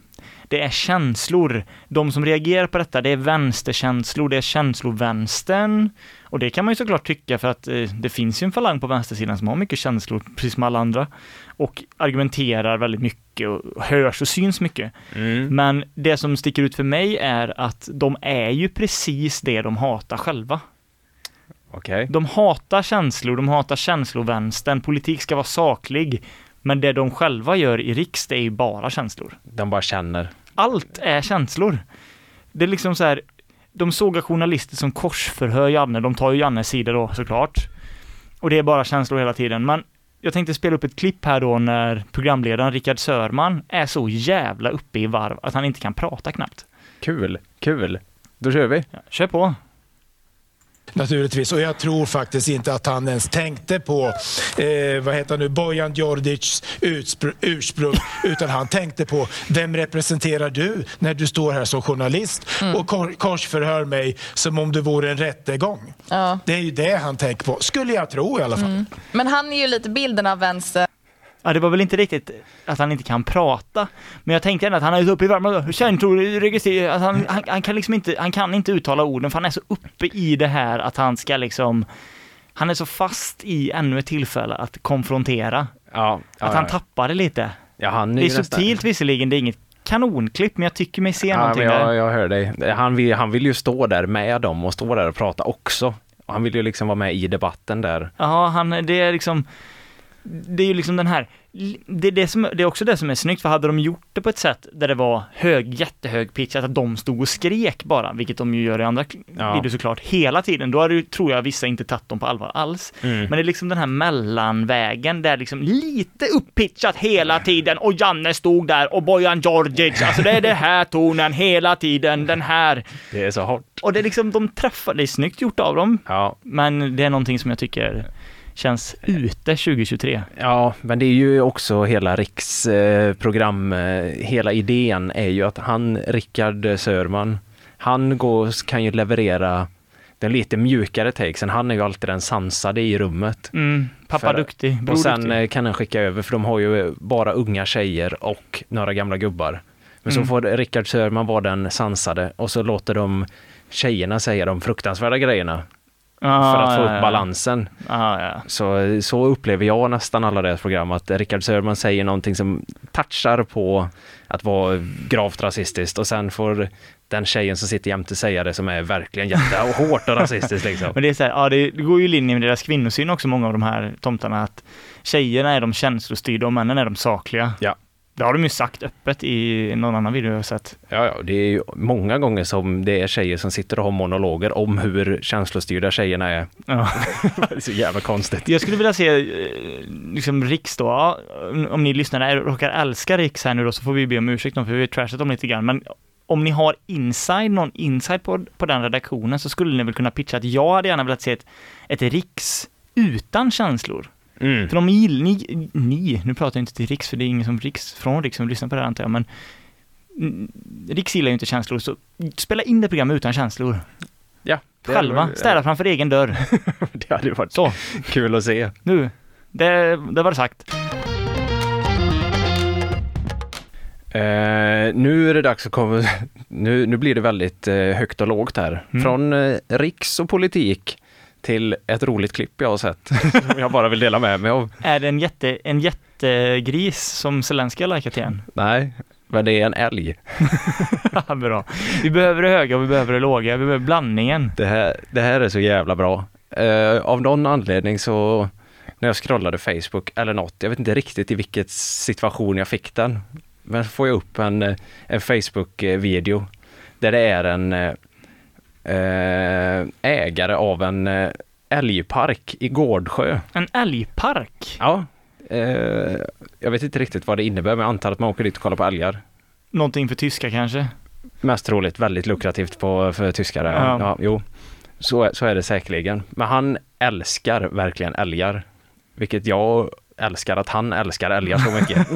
Speaker 2: Det är känslor. De som reagerar på detta, det är vänsterkänslor, det är känslovänstern. Och det kan man ju såklart tycka för att eh, det finns ju en falang på vänstersidan som har mycket känslor, precis som alla andra. Och argumenterar väldigt mycket och hörs och syns mycket.
Speaker 3: mm.
Speaker 2: Men det som sticker ut för mig är att de är ju precis det de hatar själva.
Speaker 3: okej.
Speaker 2: De hatar känslor, de hatar känslovänstern, politik ska vara saklig. Men det de själva gör i Riks, det är ju bara känslor.
Speaker 3: De bara känner.
Speaker 2: Allt är känslor. Det är liksom så här, de sågar journalister som korsförhör Janne, de tar ju Jannes sida då såklart. Och det är bara känslor hela tiden. Men jag tänkte spela upp ett klipp här då när programledaren Rickard Sörman är så jävla uppe i varv att han inte kan prata knappt.
Speaker 3: Kul, kul. Då kör vi.
Speaker 2: Kör på.
Speaker 4: Naturligtvis, och jag tror faktiskt inte att han ens tänkte på eh, vad heter han nu, Bojan Djordjics utspr- ursprung, utan han tänkte på vem representerar du när du står här som journalist och kor- korsförhör mig som om det vore en rättegång.
Speaker 5: Ja.
Speaker 4: Det är ju det han tänker på, skulle jag tro i alla fall.
Speaker 5: Men han är ju lite bilden av vänster.
Speaker 2: Ja, det var väl inte riktigt att han inte kan prata, men jag tänkte ändå att han är så uppe i värmen. Känslor registrerar, alltså
Speaker 3: Mm.
Speaker 2: han, han, han kan liksom inte, han kan inte uttala orden för han är så uppe i det här att han ska liksom, han är så fast i ännu ett tillfälle att konfrontera,
Speaker 3: Ja, ja,
Speaker 2: att han
Speaker 3: ja.
Speaker 2: tappar liksom det lite.
Speaker 3: ja, han
Speaker 2: Det
Speaker 3: ju
Speaker 2: är
Speaker 3: nästan-
Speaker 2: subtilt visserligen, det är inget kanonklipp, men jag tycker mig se
Speaker 3: Ja,
Speaker 2: någonting
Speaker 3: men
Speaker 2: där.
Speaker 3: jag, jag hör dig. Han vill, han vill ju stå där med dem och stå där och prata också. Och Han vill ju liksom vara med i debatten där.
Speaker 2: Ja, han, det är liksom, det är ju liksom den här, det är, det, som, det är också det som är snyggt, för hade de gjort det på ett sätt där det var hög, jättehög pitch, att de stod och skrek bara, vilket de ju gör i andra k-
Speaker 3: Ja.
Speaker 2: videos såklart, hela tiden, då hade ju, tror jag, vissa inte tagit dem på allvar alls. Men det är liksom den här mellanvägen, där liksom lite upppitchat hela tiden, och Janne stod där, och Bojan Djordjic, alltså det är den här tonen hela tiden, den här.
Speaker 3: Det är så hårt.
Speaker 2: Och det är liksom, de träffar, det är snyggt gjort av dem,
Speaker 3: Ja,
Speaker 2: men det är någonting som jag tycker känns ute 2023.
Speaker 3: ja, men det är ju också hela Riks eh, program, eh, hela idén är ju att han, Rickard Sörman, han går, kan ju leverera den lite mjukare takesen. Han är ju alltid den sansade i rummet.
Speaker 2: Mm, pappa
Speaker 3: För-
Speaker 2: duktig, bror
Speaker 3: Och sen
Speaker 2: duktig.
Speaker 3: eh, kan han skicka över, för de har ju eh, bara unga tjejer och några gamla gubbar. Men
Speaker 2: Mm.
Speaker 3: så får Rickard Sörman vara den sansade och så låter de tjejerna säga de fruktansvärda grejerna
Speaker 2: Ah,
Speaker 3: för att få
Speaker 2: ja,
Speaker 3: upp
Speaker 2: ja.
Speaker 3: balansen.
Speaker 2: Ah, ja.
Speaker 3: Så, så upplever jag nästan alla deras program, att Rickard Sörman säger någonting som touchar på att vara gravt rasistiskt och sen får den tjejen som sitter jämte säga det som är verkligen jättehårt och rasistiskt liksom.
Speaker 2: Men det är så här, ja, det det går ju i linje med deras kvinnosyn också, många av de här tomtarna, att tjejerna är de känslostyrda och männen är de sakliga.
Speaker 3: Ja.
Speaker 2: Det har de ju sagt öppet i någon annan video jag har sett.
Speaker 3: Ja, ja, det är ju många gånger som det är tjejer som sitter och har monologer om hur känslostyrda tjejerna är.
Speaker 2: Ja.
Speaker 3: Det är så jävla konstigt.
Speaker 2: Jag skulle vilja se eh, liksom Riks då, Ja, om ni lyssnare råkar älska Riks här nu då så får vi be om ursäkt om för vi har trashat dem lite grann, men om ni har inside, någon inside på, på den redaktionen så skulle ni väl kunna pitcha att jag hade gärna velat se ett, ett Riks utan känslor.
Speaker 3: Mm.
Speaker 2: För de gillar, ni, ni, nu pratar jag inte till Riks, för det är ingen som Riks, från Riks som lyssnar på det här antar jag, men mm, Riks gillar ju inte känslor, så spela in det programmet utan känslor.
Speaker 3: Ja, det hade
Speaker 2: Själva,
Speaker 3: varit-
Speaker 2: städa framför egen dörr.
Speaker 3: Det hade ju varit
Speaker 2: Så,
Speaker 3: kul att se.
Speaker 2: nu. Det, det var det sagt.
Speaker 3: Eh, nu är det dags att komma, nu, nu blir det väldigt eh, högt och lågt här. Från eh, riks och politik till ett roligt klipp jag har sett, som jag bara vill dela med mig av.
Speaker 2: Är det en, jätte, en jättegris som Zelenskyj har likat igen?
Speaker 3: Nej, men det är en älg.
Speaker 2: Bra. Vi behöver det höga och vi behöver det låga, vi behöver blandningen.
Speaker 3: Det här, det här är så jävla bra. Eh, av någon anledning så, när jag scrollade Facebook eller något, jag vet inte riktigt i vilket situation jag fick den, men så får jag upp en, eh, en Facebook-video där det är en eh, eh, ägare av en eh, älgpark i Gårdsjö.
Speaker 2: En älgpark?
Speaker 3: Ja. Eh, jag vet inte riktigt vad det innebär, men jag antar att man åker dit och kollar på älgar.
Speaker 2: Någonting för tyska kanske?
Speaker 3: Mest troligt väldigt lukrativt på, för tyskar. Ja.
Speaker 2: Ja.
Speaker 3: Ja. jo. Så, så är det säkerligen. Men han älskar verkligen älgar. Vilket jag älskar att han älskar älgar så mycket.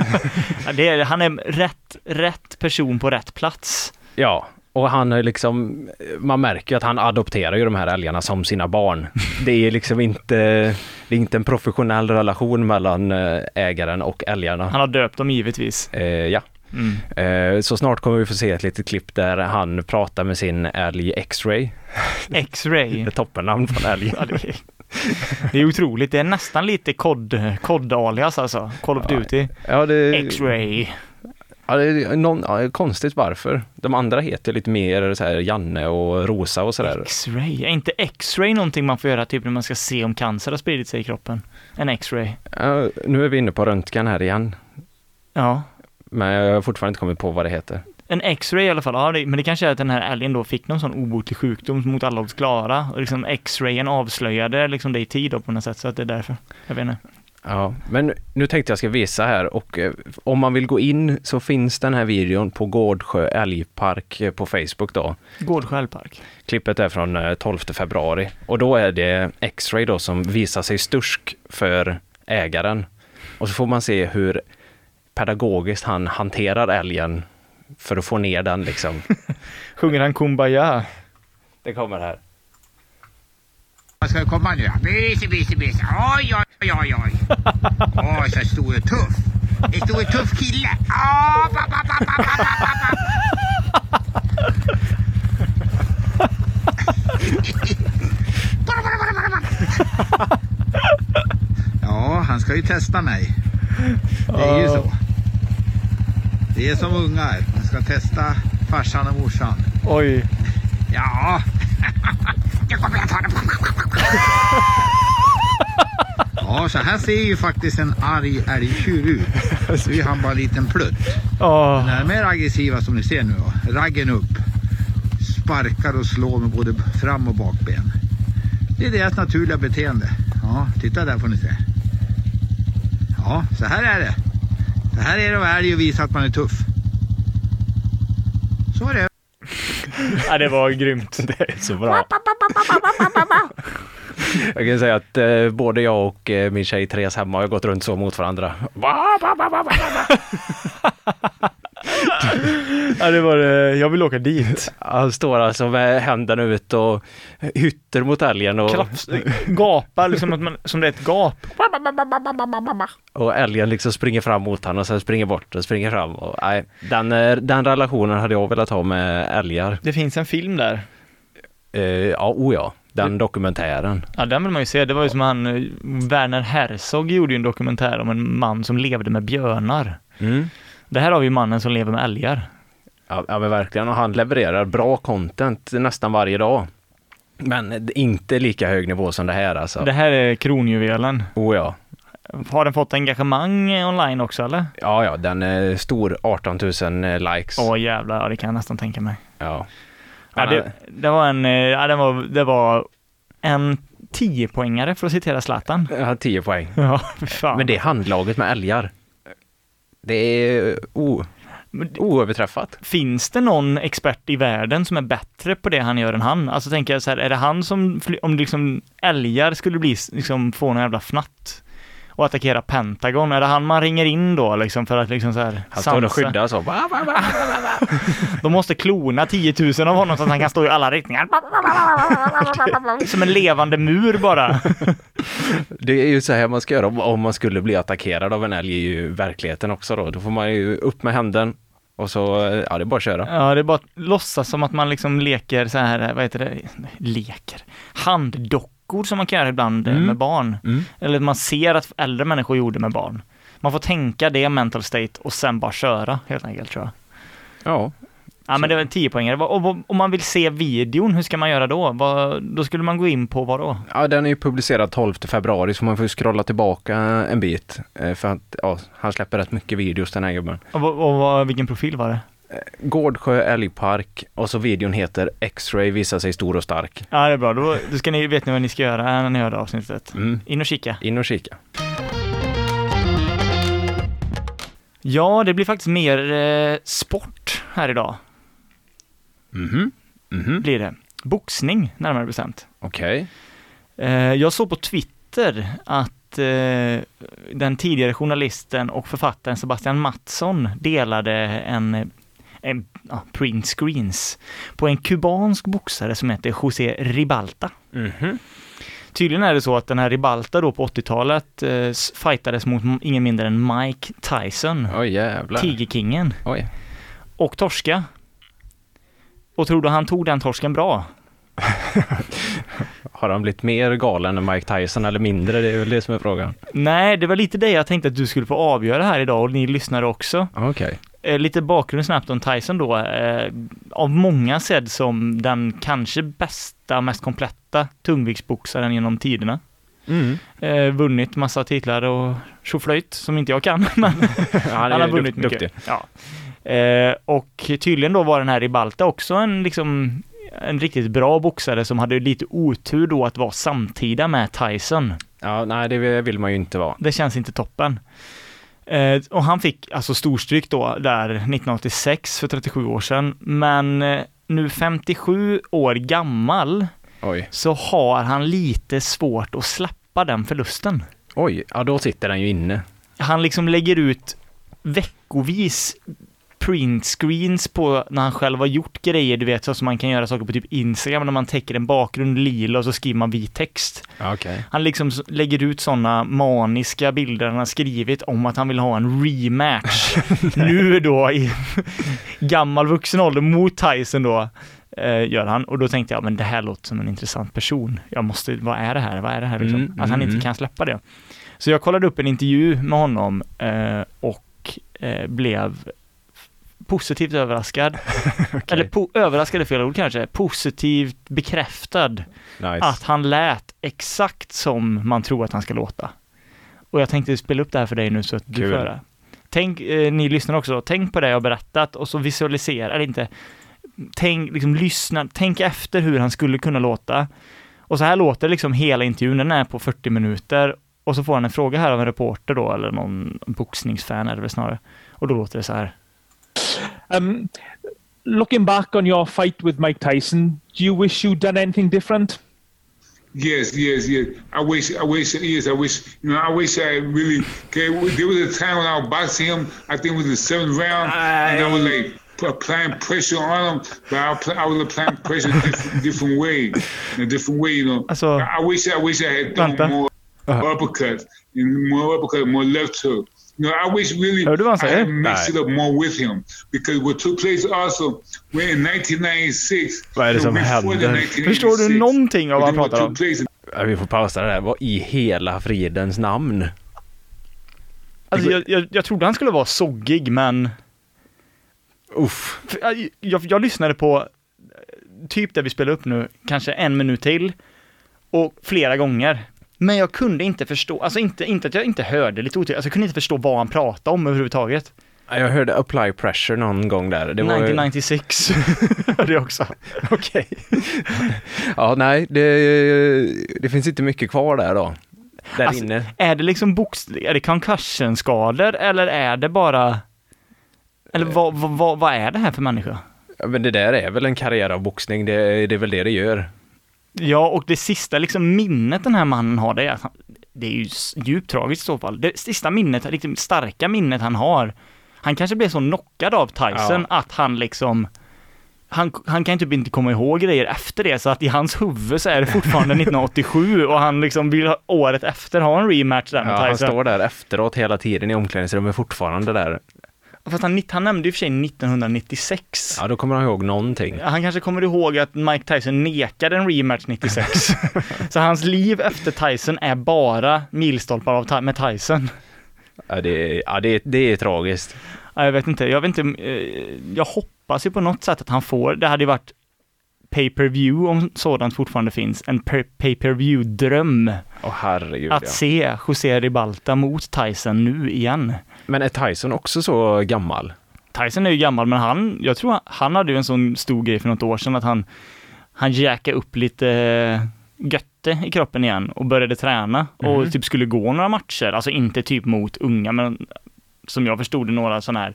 Speaker 2: Ja, det är, han är rätt, rätt person på rätt plats.
Speaker 3: ja, och han är liksom, man märker ju att han adopterar ju de här älgarna som sina barn. Det är liksom inte, det är inte en professionell relation mellan eh, ägaren och älgarna.
Speaker 2: Han har döpt dem givetvis.
Speaker 3: Eh, ja.
Speaker 2: Mm.
Speaker 3: Eh, Så snart kommer vi få se ett litet klipp där han pratar med sin älg X-Ray.
Speaker 2: X-ray.
Speaker 3: Ett toppennamn på en älg.
Speaker 2: Ja, det, är, det är otroligt, det är nästan lite kod, kod-alias alltså. Call of
Speaker 3: Ja,
Speaker 2: Duty.
Speaker 3: Ja, det,
Speaker 2: X-ray.
Speaker 3: ja, det är någon, ja, det är konstigt varför. De andra heter lite mer så här Janne och Rosa och sådär.
Speaker 2: X-ray. Är inte X-ray någonting man får göra typ när man ska se om cancer har spridit sig i kroppen? En X-ray.
Speaker 3: Ja, nu är vi inne på röntgen här igen.
Speaker 2: Ja.
Speaker 3: Men jag har fortfarande inte kommit på vad det heter.
Speaker 2: En X-ray i alla fall, ja, det, men det kanske är att den här älgen då fick någon sån obotlig sjukdom mot alla odds klara och liksom X-rayen avslöjade liksom det i tid då på något sätt så att det är därför. Jag vet inte.
Speaker 3: Ja, men nu tänkte jag ska visa här och eh, om man vill gå in så finns den här videon på Gårdsjö älgpark eh, på Facebook då.
Speaker 2: Gårdsjö älgpark.
Speaker 3: Klippet är från eh, 12 februari och då är det X-Ray då som visar sig stursk för ägaren. Och så får man se hur pedagogiskt han hanterar älgen för att få ner den liksom.
Speaker 2: Sjunger han Kumbaya?
Speaker 3: Det kommer här.
Speaker 6: Vad ska det komma nu? Bisse, bisse, bisse. Oj, oj, oj, oj. Åh, så stor och tuff. En stor och tuff kille. Åh, ba, ba, ba, ba, ba, ba, ba, ba. Bara, bara, bara, bara, bara. Ja, han ska ju testa mig. Det är ju så. Det är som ungar. Man ska testa farsan och morsan.
Speaker 2: Oj.
Speaker 6: Ja. Nu kommer jag ta den. Ja, så här ser ju faktiskt en arg älgtjur ut. Nu är han bara en liten plutt.
Speaker 2: Åh,
Speaker 6: När de är aggressiva som ni ser nu, va, raggen upp, sparkar och slår med både fram och bakben. Det är deras naturliga beteende. Ja, titta där får ni se. Ja, så här är det. Det här är det att vara älg och visa att man är tuff. Så är det.
Speaker 2: ja, det var grymt.
Speaker 3: Det är så bra. Jag kan säga att eh, både jag och eh, min tjej Therese hemma har gått runt så mot varandra. Va, va, va, va, va, va.
Speaker 2: Ja, det var det. Jag vill åka dit.
Speaker 3: Han står alltså med händerna ut och hytter mot älgen och,
Speaker 2: Klaps, gapar liksom, att man, som det är ett gap.
Speaker 3: och älgen liksom springer fram mot honom och sen springer bort och springer fram. Och, nej, den, eh, den relationen hade jag velat ha med älgar.
Speaker 2: Det finns en film där.
Speaker 3: Eh, ja, o ja. Den
Speaker 2: Mm.
Speaker 3: dokumentären.
Speaker 2: Ja, den vill man ju se. Det var ju som han, eh, Werner Herzog gjorde ju en dokumentär om en man som levde med björnar. Mm. Det här har vi ju mannen som lever med älgar.
Speaker 3: Ja, ja men verkligen. Och han levererar bra content nästan varje dag. Men inte lika hög nivå som det här alltså.
Speaker 2: Det här är kronjuvelen.
Speaker 3: Oh ja.
Speaker 2: Har den fått engagemang eh, online också eller?
Speaker 3: Ja, ja, den är stor. 18 000 eh, likes.
Speaker 2: Åh jävlar, ja, det kan jag nästan tänka mig.
Speaker 3: Ja.
Speaker 2: Ja, det, det var en, eh, ja, det var, det var en 10-poängare för att citera Zlatan.
Speaker 3: Jag har 10 poäng.
Speaker 2: Ja, fy fan.
Speaker 3: Men det är handlaget med älgar. Det är eh, o,
Speaker 2: Men det-
Speaker 3: oöverträffat.
Speaker 2: Finns det någon expert i världen som är bättre på det han gör än han? Alltså tänker jag så här, är det han som, fly- om liksom älgar skulle bli, s- liksom få någon jävla fnatt och attackera Pentagon, är det han man ringer in då liksom för att liksom så här
Speaker 3: Han står och skyddar så. Va, va, va.
Speaker 2: De måste klona 10 000 av honom så att han kan stå i alla riktningar. Som en levande mur bara.
Speaker 3: Det är ju så här man ska göra om, om man skulle bli attackerad av en älg i ju verkligheten också då. Då får man ju upp med händen och så, eh, ja det är bara att köra.
Speaker 2: Ja, det är bara att låtsas som att man liksom leker så här, vad heter det, leker, handdockor som man kan göra ibland eh, med barn. Eller man ser att äldre människor gjorde med barn. Man får tänka det mental state och sen bara köra helt enkelt tror jag.
Speaker 3: Ja.
Speaker 2: Ja men det var en 10 poängare. Vad- Och vad- om man vill se videon, hur ska man göra då? Vad- Då skulle man gå in på vad då?
Speaker 3: ja, den är ju publicerad 12 februari så man får ju scrolla tillbaka en bit. eh, För att, ja, han släpper rätt mycket videos den här gubben.
Speaker 2: Och, vad- och vad- vilken profil var det?
Speaker 3: Gårdsjö älgpark och så videon heter X-ray visar sig stor och stark.
Speaker 2: Ja, det är bra. Då, då ska ni, vet ni vad ni ska göra när ni hör det här avsnittet. In och kika.
Speaker 3: Mm. In och kika.
Speaker 2: Ja, det blir faktiskt mer eh, sport här idag.
Speaker 3: Mhm.
Speaker 2: Blir det. Boxning, närmare bestämt.
Speaker 3: Okej.
Speaker 2: Eh, jag såg på Twitter att eh, den tidigare journalisten och författaren Sebastian Mattsson delade en, eh, en ja, print screens på en kubansk boxare som heter José Ribalta.
Speaker 3: Mhm.
Speaker 2: Tydligen är det så att den här Ribalta då på 80-talet eh, s- fightades mot m- ingen mindre än Mike Tyson,
Speaker 3: Oj jävlar.
Speaker 2: Tigerkingen,
Speaker 3: Oj.
Speaker 2: och torska. Och tror du han tog den torsken bra?
Speaker 3: Har han blivit mer galen än Mike Tyson eller mindre? Det är väl det som är frågan.
Speaker 2: Nej, det var lite det jag tänkte att du skulle få avgöra här idag och ni lyssnare också.
Speaker 3: Okej.
Speaker 2: Eh, lite bakgrund snabbt om Tyson då. Eh, av många sedd som den kanske bästa, mest kompletta tungviktsboxaren genom tiderna.
Speaker 3: Mm.
Speaker 2: Eh, vunnit massa titlar och tjoflöjt som inte jag kan. Men
Speaker 3: Han,
Speaker 2: han
Speaker 3: är
Speaker 2: har
Speaker 3: dukt-
Speaker 2: vunnit mycket.
Speaker 3: Duktig.
Speaker 2: Ja. Eh, och tydligen då var den här Ribalta också en liksom en riktigt bra boxare som hade lite otur då att vara samtida med Tyson.
Speaker 3: Ja, nej, det vill man ju inte vara.
Speaker 2: Det känns inte toppen. Eh, och han fick alltså storstryk då där 1986 för 37 år sedan, men eh, nu 57 år gammal
Speaker 3: Oj.
Speaker 2: så har han lite svårt att släppa den förlusten.
Speaker 3: Oj, ja då sitter den ju inne.
Speaker 2: Han liksom lägger ut veckovis printscreens på när han själv har gjort grejer, du vet så som man kan göra saker på typ Instagram när man täcker en bakgrund lila och så skriver man vit text.
Speaker 3: Okej.
Speaker 2: Han liksom s- lägger ut sådana maniska bilder han har skrivit om att han vill ha en rematch. nu då i gammal vuxen ålder mot Tyson då, eh, gör han. Och då tänkte jag, men det här låter som en intressant person. Jag måste, vad är det här? Vad är det här liksom?
Speaker 3: Mm,
Speaker 2: Att han
Speaker 3: mm,
Speaker 2: inte
Speaker 3: mm.
Speaker 2: kan släppa det. Så jag kollade upp en intervju med honom eh, och eh, blev positivt överraskad. Eller po- överraskad är fel ord kanske. Positivt bekräftad
Speaker 3: Nice.
Speaker 2: att han lät exakt som man tror att han ska låta. Och jag tänkte spela upp det här för dig nu så att du
Speaker 3: Kul.
Speaker 2: får höra. Tänk, eh, ni lyssnar också, tänk på det jag berättat och så visualisera, eller inte, tänk, liksom lyssna, tänk efter hur han skulle kunna låta. Och så här låter liksom hela intervjun, den är på 40 minuter och så får han en fråga här av en reporter då, eller någon boxningsfan är det väl snarare. Och då låter det så här.
Speaker 7: Um, looking back on your fight with Mike Tyson, do you wish you'd done anything different?
Speaker 8: Yes, yes, yes. I wish, I wish, yes, I wish, you know, I wish I really, okay, there was a time when I was boxing him, I think it was the seventh round, and I was like p- applying pressure on him, but I, pl- I was applying pressure in different, different way, in a different way, you know.
Speaker 2: Alltså-
Speaker 8: I, I wish, I wish I had
Speaker 2: Vänta.
Speaker 8: done more
Speaker 2: Uh-huh.
Speaker 8: uppercuts, and more uppercut, more left hook. You know, I wish really
Speaker 2: Hörde du vad han
Speaker 8: I
Speaker 2: säger?
Speaker 8: had mixed it up more with him because what took place also when in 1996,
Speaker 3: Vad är det som
Speaker 8: before the
Speaker 3: händer?
Speaker 8: 1986,
Speaker 2: Förstår du någonting av vad han
Speaker 8: what
Speaker 2: pratar om?
Speaker 8: took place in
Speaker 3: Ja, vi får pausa det där. Vad i hela fridens namn?
Speaker 2: Alltså jag, jag, jag trodde han skulle vara soggig, men
Speaker 3: Uff.
Speaker 2: För, äh, jag, jag lyssnade på eh, typ det vi spelar upp nu, kanske en minut till och flera gånger. Men jag kunde inte förstå, alltså inte, inte att jag inte hörde lite otydligt, alltså jag kunde inte förstå vad han pratade om överhuvudtaget.
Speaker 3: Ja, Jag hörde apply pressure någon gång där. Det var ju-
Speaker 2: 1996 hörde jag också.
Speaker 3: Okej. ja, nej, det, det finns inte mycket kvar där då. Där
Speaker 2: Alltså,
Speaker 3: inne.
Speaker 2: Är det liksom box, är det concussionskador eller är det bara, eller
Speaker 3: Eh.
Speaker 2: vad, vad, vad, vad är det här för människa?
Speaker 3: Ja, Men det där är väl en karriär av boxning. Det, det är väl det det gör.
Speaker 2: Ja, och det sista liksom minnet den här mannen har, det är att han, det är ju s- djupt tragiskt i så fall. Det sista minnet, det riktigt starka minnet han har, han kanske blev så knockad av Tyson att han liksom, han, han kan ju typ inte komma ihåg grejer efter det, så att i hans huvud så är det fortfarande 1987 och han liksom vill ha, året efter ha en rematch där
Speaker 3: Ja,
Speaker 2: med
Speaker 3: han
Speaker 2: Tyson.
Speaker 3: står där efteråt hela tiden i omklädningsrummet fortfarande där.
Speaker 2: Fast han, han nämnde ju i och för sig 1996.
Speaker 3: Ja, då kommer han ihåg någonting.
Speaker 2: Han kanske kommer ihåg att Mike Tyson nekade en rematch 96. så hans liv efter Tyson är bara milstolpar av, Ty- med Tyson.
Speaker 3: Ja, det, ja, det, det är tragiskt.
Speaker 2: Ja, Jag vet inte, jag vet inte, eh, jag hoppas ju på något sätt att han får, det hade ju varit pay-per-view om sådant fortfarande finns, en per- pay-per-view-dröm
Speaker 3: Åh herregud
Speaker 2: att
Speaker 3: ja.
Speaker 2: se José Ribalta mot Tyson nu igen.
Speaker 3: Men är Tyson också så gammal?
Speaker 2: Tyson är ju gammal, men han, jag tror han, han hade ju en sån stor grej för något år sedan att han, han jäkade upp lite eh, götte i kroppen igen och började träna och typ skulle gå några matcher, alltså inte typ mot unga, men som jag förstod det några sådana här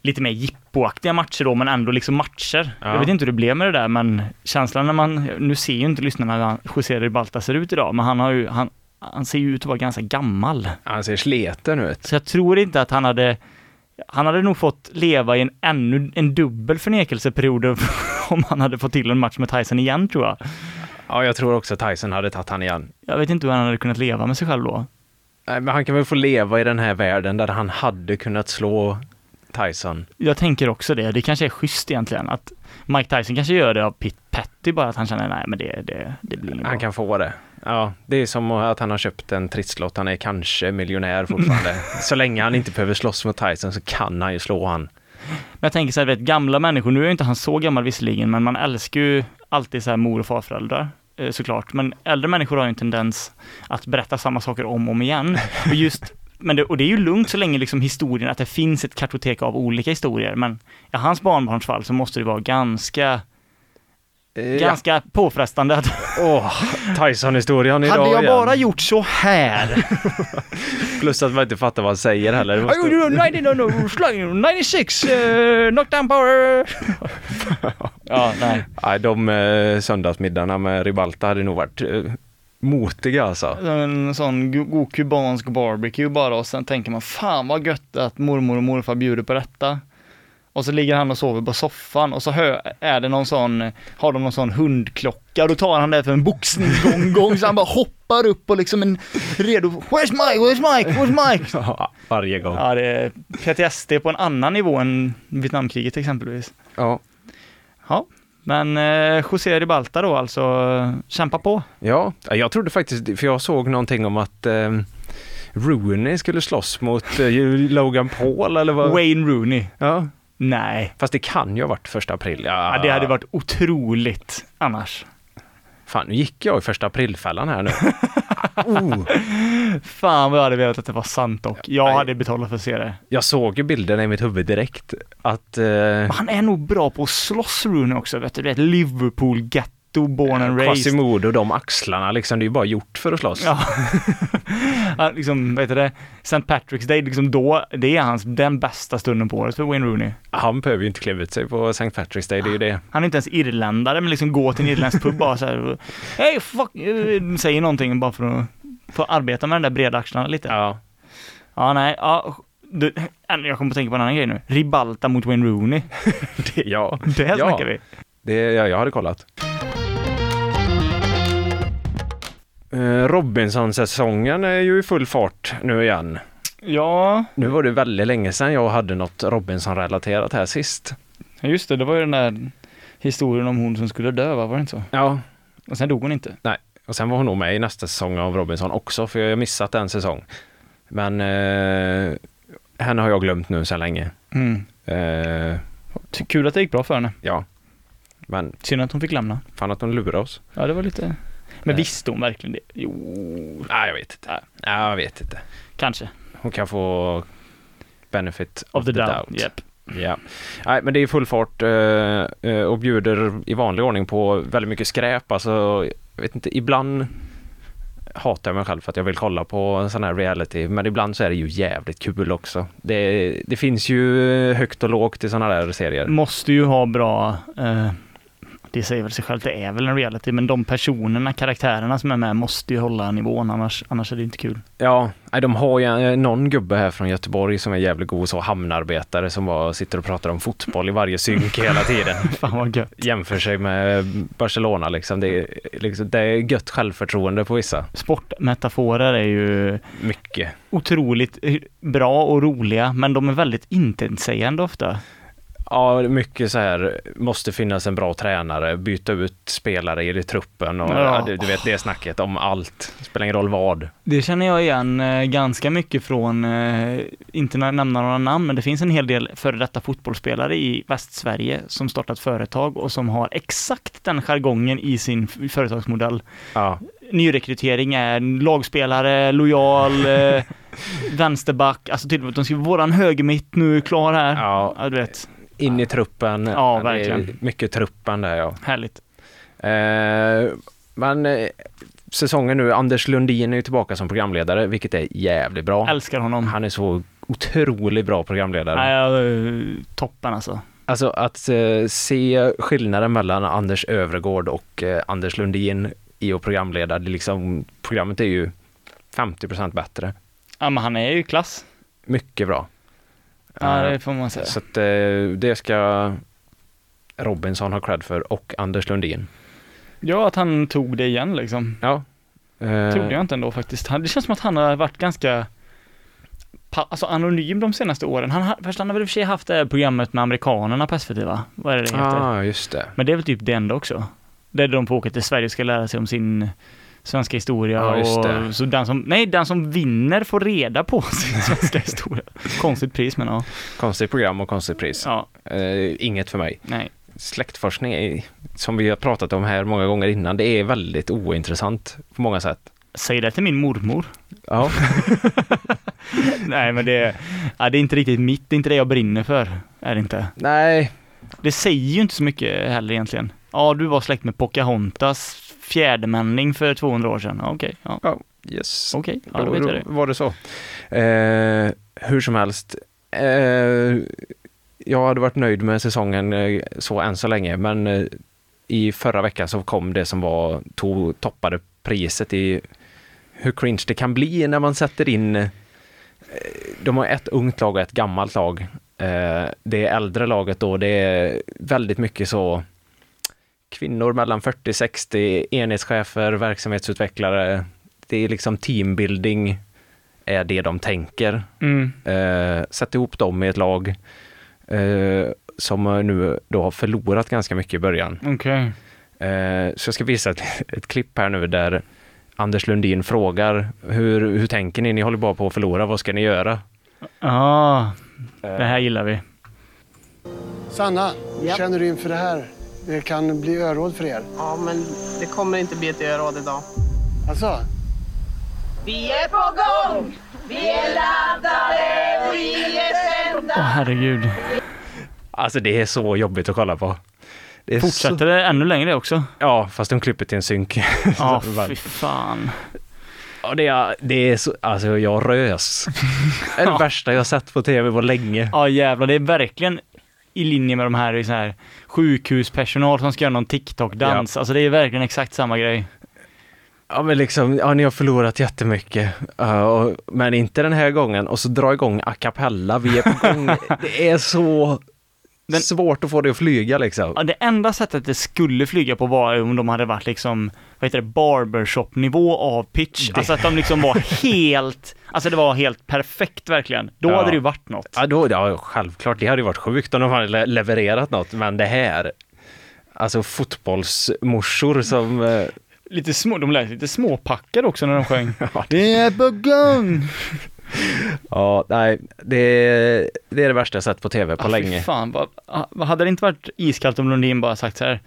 Speaker 2: lite mer jippoaktiga matcher då, men ändå liksom matcher.
Speaker 3: Ja.
Speaker 2: Jag vet inte hur det blev med det där, men känslan när man, nu ser ju inte lyssnarna hur han- José Ribalta ser ut idag, men han har ju, han, han ser ju ut att vara ganska gammal.
Speaker 3: Han ser sleten ut.
Speaker 2: Så jag tror inte att han hade, han hade nog fått leva i en ännu, en dubbel förnekelseperiod om han hade fått till en match med Tyson igen tror jag.
Speaker 3: Ja, jag tror också Tyson hade tagit han igen.
Speaker 2: Jag vet inte hur han hade kunnat leva med sig själv då.
Speaker 3: Nej, men han kan väl få leva i den här världen där han hade kunnat slå Tyson.
Speaker 2: Jag tänker också det, det kanske är schysst egentligen att Mike Tyson kanske gör det av Pitt Petty bara att han känner nej men det, det, det blir inget
Speaker 3: Han
Speaker 2: bra.
Speaker 3: kan få det. Ja, det är som att han har köpt en trisslott. Han är kanske miljonär fortfarande. så länge han inte behöver slåss mot Tyson så kan han ju slå han.
Speaker 2: Men jag tänker så här, du vet gamla människor, nu är ju inte han så gammal visserligen, men man älskar ju alltid så här mor och farföräldrar eh, såklart. Men äldre människor har ju en tendens att berätta samma saker om och om igen. Och just men det, och det är ju lugnt så länge liksom historien, att det finns ett kartotek av olika historier, men i hans barnbarns fall så måste det vara ganska,
Speaker 3: Åh,
Speaker 2: ganska påfrestande att
Speaker 3: Tyson-historien idag
Speaker 2: hade jag
Speaker 3: igen.
Speaker 2: bara gjort så här?
Speaker 3: Plus att man inte fattar vad han säger heller. Det måste-
Speaker 2: 96, uh, knockdown power! ja, nej.
Speaker 3: Nej, de eh, söndagsmiddagarna med Ribalta hade nog varit eh, motiga alltså.
Speaker 2: en sån go- god kubansk barbecue bara och sen tänker man fan vad gött att mormor och morfar bjuder på detta. Och så ligger han och sover på soffan och så hö- är det någon sån, har de någon sån hundklocka, då tar han det för en boxningsgång så han bara hoppar upp och liksom en redo, where's Mike, where's Mike, where's Mike?
Speaker 3: Varje gång.
Speaker 2: Ja det är PTSD på en annan nivå än Vietnamkriget exempelvis.
Speaker 3: Ja.
Speaker 2: Ja, men eh, José Ribalta då alltså, kämpa på.
Speaker 3: Ja, jag trodde faktiskt, för jag såg någonting om att eh, Rooney skulle slåss mot eh, Logan Paul eller vad?
Speaker 2: Wayne Rooney.
Speaker 3: Ja.
Speaker 2: Nej.
Speaker 3: Fast det kan ju ha varit första april.
Speaker 2: Ja, det hade varit otroligt annars.
Speaker 3: Fan, nu Oh. gick jag i första aprilfällan här nu.
Speaker 2: Fan vad jag hade velat att det var sant dock. Jag hade betalat för att se det.
Speaker 3: Jag såg ju bilderna i mitt huvud direkt. Att... Eh,
Speaker 2: Han är nog bra på att slåss Rooney också, vet du. Du vet Liverpool ghetto, born and raised.
Speaker 3: Quasimodo, de axlarna liksom, det är ju bara gjort för att slåss.
Speaker 2: Ja. Han liksom, vad heter det? St. Patrick's Day, liksom då, det är hans, den bästa stunden på året för Wayne Rooney.
Speaker 3: Han behöver ju inte klä ut sig på St. Patrick's Day, det är ju det.
Speaker 2: Han är inte ens irländare, men liksom gå till en irländsk pub bara såhär, hej fuck, eh, säger någonting bara för att få arbeta med den där breda axlarna lite. Ja,
Speaker 3: Ja.
Speaker 2: nej, ja. Du, jag kommer att tänka på en annan grej nu. Ribalta mot Wayne Rooney.
Speaker 3: Det, ja.
Speaker 2: Det här
Speaker 3: ja.
Speaker 2: snackar vi.
Speaker 3: Det, ja, jag hade kollat. Eh, Robinson-säsongen är ju i full fart nu igen.
Speaker 2: Ja,
Speaker 3: Nu var det väldigt länge sedan jag hade något Robinson-relaterat här sist.
Speaker 2: just det. Det var ju den där historien om hon som skulle dö, va? Var det inte så?
Speaker 3: Ja,
Speaker 2: Och sen dog hon inte.
Speaker 3: nej. Och sen var hon nog med i nästa säsong av Robinson också, för jag har missat en säsong. Men eh, henne har jag glömt nu sedan länge.
Speaker 2: Mm.
Speaker 3: Eh,
Speaker 2: Ty- Kul att det gick bra för henne.
Speaker 3: ja, men
Speaker 2: Synd att hon fick lämna.
Speaker 3: fan att de lurar oss.
Speaker 2: Ja, det var lite... Eh. Men visste hon verkligen det? Jo,
Speaker 3: Nej, jag vet inte. Nej, jag vet inte.
Speaker 2: kanske.
Speaker 3: Hon kan få benefit
Speaker 2: Of the, doubt. Yep.
Speaker 3: Ja. Nej, men det är full fart eh, eh, och bjuder i vanlig ordning på väldigt mycket skräp. Alltså, jag vet inte, ibland hatar jag mig själv för att jag vill kolla på en sån här reality, men ibland så är det ju jävligt kul också. Det, det finns ju högt och lågt i såna där serier.
Speaker 2: Måste ju ha bra... Eh, det säger väl sig självt, det är väl en reality, men de personerna, karaktärerna som är med måste ju hålla nivån, annars, annars är det inte kul.
Speaker 3: Ja, nej, de har ju eh, någon gubbe här från Göteborg som är jävligt god så hamnarbetare som bara sitter och pratar om fotboll i varje synk hela tiden.
Speaker 2: Fan vad gött.
Speaker 3: jämför sig med Barcelona liksom. Det är, liksom, det är gött självförtroende på vissa.
Speaker 2: Sportmetaforer är ju
Speaker 3: Mycket.
Speaker 2: otroligt eh, bra och roliga, men de är väldigt intetsägande ofta.
Speaker 3: Ja, mycket så här, måste finnas en bra tränare, byta ut spelare i truppen och
Speaker 2: Ja.
Speaker 3: ja. du, du vet det snacket om allt. Spelar ingen roll vad.
Speaker 2: Det känner jag igen eh, ganska mycket från, eh, inte na- nämna några namn, men det finns en hel del före detta fotbollsspelare i Västsverige som startat företag och som har exakt den jargongen i sin f- företagsmodell.
Speaker 3: Ja,
Speaker 2: Nyrekrytering är lagspelare, lojal, eh, vänsterback, alltså till och med att de skriver våran högermitt nu, klar här.
Speaker 3: Ja.
Speaker 2: du vet,
Speaker 3: in i truppen.
Speaker 2: Ja,
Speaker 3: Det är
Speaker 2: verkligen.
Speaker 3: Mycket truppen där ja.
Speaker 2: härligt.
Speaker 3: Eh, men eh, säsongen nu, Anders Lundin är ju tillbaka som programledare, vilket är jävligt bra.
Speaker 2: Älskar honom.
Speaker 3: Han är så otroligt bra programledare.
Speaker 2: Nej, jag, eh, toppen alltså.
Speaker 3: Alltså att eh, se skillnaden mellan Anders Övergård och eh, Anders Lundin i att programleda, det är liksom, programmet är ju 50% bättre.
Speaker 2: Ja, men han är ju klass.
Speaker 3: Mycket bra.
Speaker 2: Ja,
Speaker 3: Eh,
Speaker 2: det får man säga.
Speaker 3: Så att eh, det ska Robinson ha cred för och Anders Lundin.
Speaker 2: Ja, att han tog det igen liksom.
Speaker 3: Ja. Eh,
Speaker 2: trodde jag inte ändå faktiskt. Han, det känns som att han har varit ganska pa, alltså anonym de senaste åren. Han, har- först han har väl i och för sig haft det här programmet med amerikanerna på SVT va? Vad är det det heter?
Speaker 3: ah, just det.
Speaker 2: Men det är väl typ det enda också. Där de får åka till Sverige och ska lära sig om sin svenska historia
Speaker 3: Ja, just det.
Speaker 2: och så den som, nej den som vinner får reda på sin svenska historia. Konstigt pris men ja.
Speaker 3: Konstigt program och konstigt pris.
Speaker 2: Ja,
Speaker 3: Eh, inget för mig.
Speaker 2: nej.
Speaker 3: Släktforskning, är, som vi har pratat om här många gånger innan, det är väldigt ointressant på många sätt.
Speaker 2: Säg det till min mormor.
Speaker 3: Ja.
Speaker 2: Nej men det, ja, det är inte riktigt mitt, det är inte det jag brinner för. Är det inte.
Speaker 3: Nej,
Speaker 2: Det säger ju inte så mycket heller egentligen. Ja, du var släkt med Pocahontas fjärdemänning för 200 år sedan. Ja, Okej, ja.
Speaker 3: Ja, yes.
Speaker 2: Okej, ja, då vet jag det.
Speaker 3: Var det så? Eh, hur som helst, eh, jag hade varit nöjd med säsongen eh, så än så länge, men eh, i förra veckan så kom det som var to, toppade priset i hur cringe det kan bli när man sätter in eh, de har ett ungt lag och ett gammalt lag. Eh, Det äldre laget då, det är väldigt mycket så kvinnor mellan 40-60, enhetschefer, verksamhetsutvecklare. Det är liksom teambuilding är det de tänker.
Speaker 2: Mm.
Speaker 3: Eh, Sätt ihop dem i ett lag eh, som nu då har förlorat ganska mycket i början.
Speaker 2: Okej.
Speaker 3: Eh, Så jag ska visa ett, ett klipp här nu där Anders Lundin frågar hur, hur tänker ni? Ni håller bara på att förlora, vad ska ni göra?
Speaker 2: Ah, det här gillar vi.
Speaker 9: Sanna, hur känner du inför det här? Det kan bli öråd för er.
Speaker 10: Ja, men det kommer inte bli ett öråd idag.
Speaker 9: Alltså,
Speaker 10: Vi är på gång! Vi är laddade, vi är sända!
Speaker 2: Åh herregud.
Speaker 3: Alltså det är så jobbigt att kolla på. Det är
Speaker 2: Fortsätter
Speaker 3: Så...
Speaker 2: det ännu längre också?
Speaker 3: Ja, fast de klipper till en synk.
Speaker 2: Ja,
Speaker 3: Så bara-
Speaker 2: fy fan.
Speaker 3: Ja, det är, det är så, alltså jag rös. Det är det värsta jag sett på tv på länge.
Speaker 2: Ja jävlar, det är verkligen i linje med de här, så här sjukhuspersonal som ska göra någon TikTok-dans. Alltså det är verkligen exakt samma grej.
Speaker 3: Ja men liksom, ja ni har förlorat jättemycket. Uh, och, men inte den här gången. Och så dra igång a cappella, vi är på gång. det är så svårt att få det att flyga liksom.
Speaker 2: Ja, det enda sättet det skulle flyga på var om de hade varit liksom, vad heter det, barbershop-nivå av pitch. Alltså att de liksom var helt, alltså det var helt perfekt verkligen. Då
Speaker 3: Ja.
Speaker 2: hade det ju varit något.
Speaker 3: Ja, då, ja självklart, det hade ju varit sjukt om de hade le- levererat något. Men det här, alltså fotbollsmorsor som... eh,
Speaker 2: Lite små, de lät lite småpackade också när de sjöng. det är på gång!
Speaker 3: Ja, nej, det, det är det värsta jag sett på tv på
Speaker 2: Ah, fy
Speaker 3: länge.
Speaker 2: fan, vad, ah, vad hade det inte varit iskallt om Lundin bara sagt så här,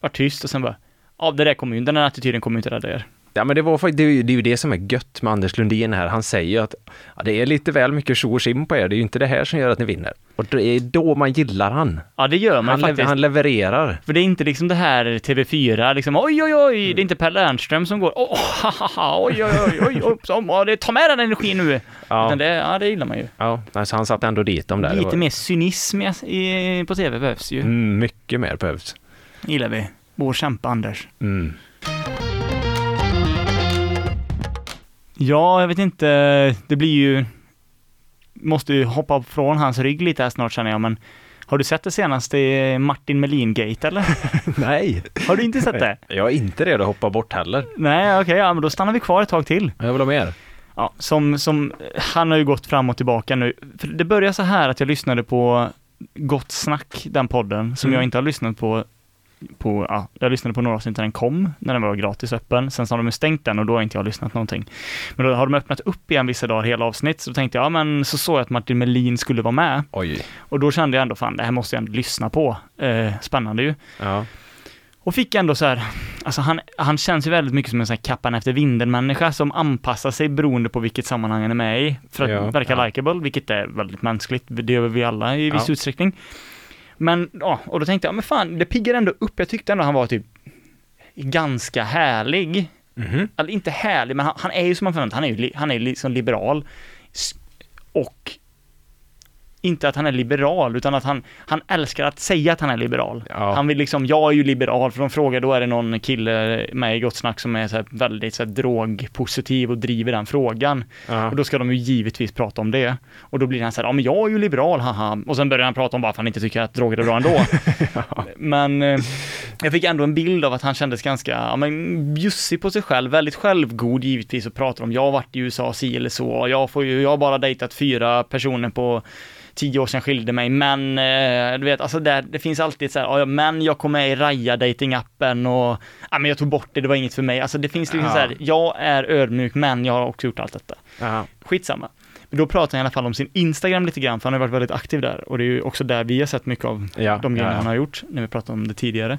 Speaker 2: var tyst och sen bara, ja det där kommer ju, den här attityden kommer ju inte rädda er.
Speaker 3: Ja men det var faktiskt, det är ju det, är ju det som är gött med Anders Lundin här. Han säger ju att ja, det är lite väl mycket tjo och tjim på er, det är ju inte det här som gör att ni vinner. Och det är då man gillar han.
Speaker 2: Ja det gör man
Speaker 3: Han, lever-
Speaker 2: faktiskt.
Speaker 3: han levererar.
Speaker 2: För det är inte liksom det här TV4, liksom oj oj oj, det är inte Per Lernström som går, åh oh, hahaha, oj oj oj, oj, oj, oj, oj det, ta med den energin nu.
Speaker 3: Ja.
Speaker 2: Utan det, ja det gillar man ju.
Speaker 3: Ja, alltså han satte ändå dit dem där. Det
Speaker 2: Lite
Speaker 3: var-
Speaker 2: mer cynism i, i, på TV behövs ju.
Speaker 3: Mm, mycket mer behövs.
Speaker 2: Gillar vi. Vår kämpa Anders.
Speaker 3: Mm.
Speaker 2: Ja, jag vet inte, det blir ju, måste ju hoppa från hans rygg lite här snart känner jag, men har du sett det senaste Martin Melin-gate eller?
Speaker 3: Nej,
Speaker 2: Har du inte sett det?
Speaker 3: jag är inte redo att hoppa bort heller.
Speaker 2: Nej, okej, ja men då stannar vi kvar ett tag till.
Speaker 3: Jag vill ha mer.
Speaker 2: Ja, som, som, han har ju gått fram och tillbaka nu. För det börjar så här att jag lyssnade på Gott Snack, den podden, som
Speaker 3: Mm.
Speaker 2: jag inte har lyssnat på, på ja, jag lyssnade på några avsnitt när den kom, när den var gratis öppen. Sen så har de ju stängt den och då har inte jag lyssnat någonting. Men då har de öppnat upp igen vissa dagar, hela avsnitt, så då tänkte jag, ja men så såg jag att Martin Melin skulle vara med.
Speaker 3: Oj.
Speaker 2: Och då kände jag ändå, fan det här måste jag ändå lyssna på. Eh, spännande ju.
Speaker 3: Ja.
Speaker 2: Och fick ändå så här, alltså han, han känns ju väldigt mycket som en sån här kappan efter vinden-människa som anpassar sig beroende på vilket sammanhang han är med i. För att
Speaker 3: Ja,
Speaker 2: verka
Speaker 3: ja.
Speaker 2: likeable, vilket är väldigt mänskligt, det gör vi alla i viss
Speaker 3: Ja.
Speaker 2: utsträckning. Men, ja, och då tänkte jag, men fan, det piggar ändå upp. Jag tyckte ändå han var typ ganska härlig.
Speaker 3: Mhm.
Speaker 2: Eller inte härlig, men han, han är ju som man förväntar han är ju li, han är ju liksom liberal. S- Och inte att han är liberal, utan att han, han älskar att säga att han är liberal.
Speaker 3: Ja.
Speaker 2: Han vill liksom, jag är ju liberal, för de frågar, då är det någon kille med i Gott Snack som är så här väldigt så här drogpositiv och driver den frågan.
Speaker 3: Ja.
Speaker 2: Och då ska de ju givetvis prata om det. Och då blir han så här, ja men jag är ju liberal, haha. Och sen börjar han prata om varför han inte tycker att droger är bra ändå. Men eh, jag fick ändå en bild av att han kändes ganska, ja men bjussig på sig själv, väldigt självgod givetvis och pratar om, jag har varit i USA si eller så, och jag får ju, jag har bara dejtat fyra personer på tio år sedan skilde mig, men eh, du vet, alltså där, det finns alltid så här, "Ja, ja, men jag kom med i raja datingappen och, ja men jag tog bort det, det var inget för mig. Alltså det finns liksom
Speaker 3: Ja.
Speaker 2: så här, jag är ödmjuk men jag har också gjort allt detta.
Speaker 3: Ja.
Speaker 2: Skitsamma. Men då pratar han i alla fall om sin Instagram lite grann, för han har varit väldigt aktiv där och det är ju också där vi har sett mycket av
Speaker 3: Ja,
Speaker 2: de grejerna
Speaker 3: ja, ja.
Speaker 2: han har gjort, när vi pratade om det tidigare.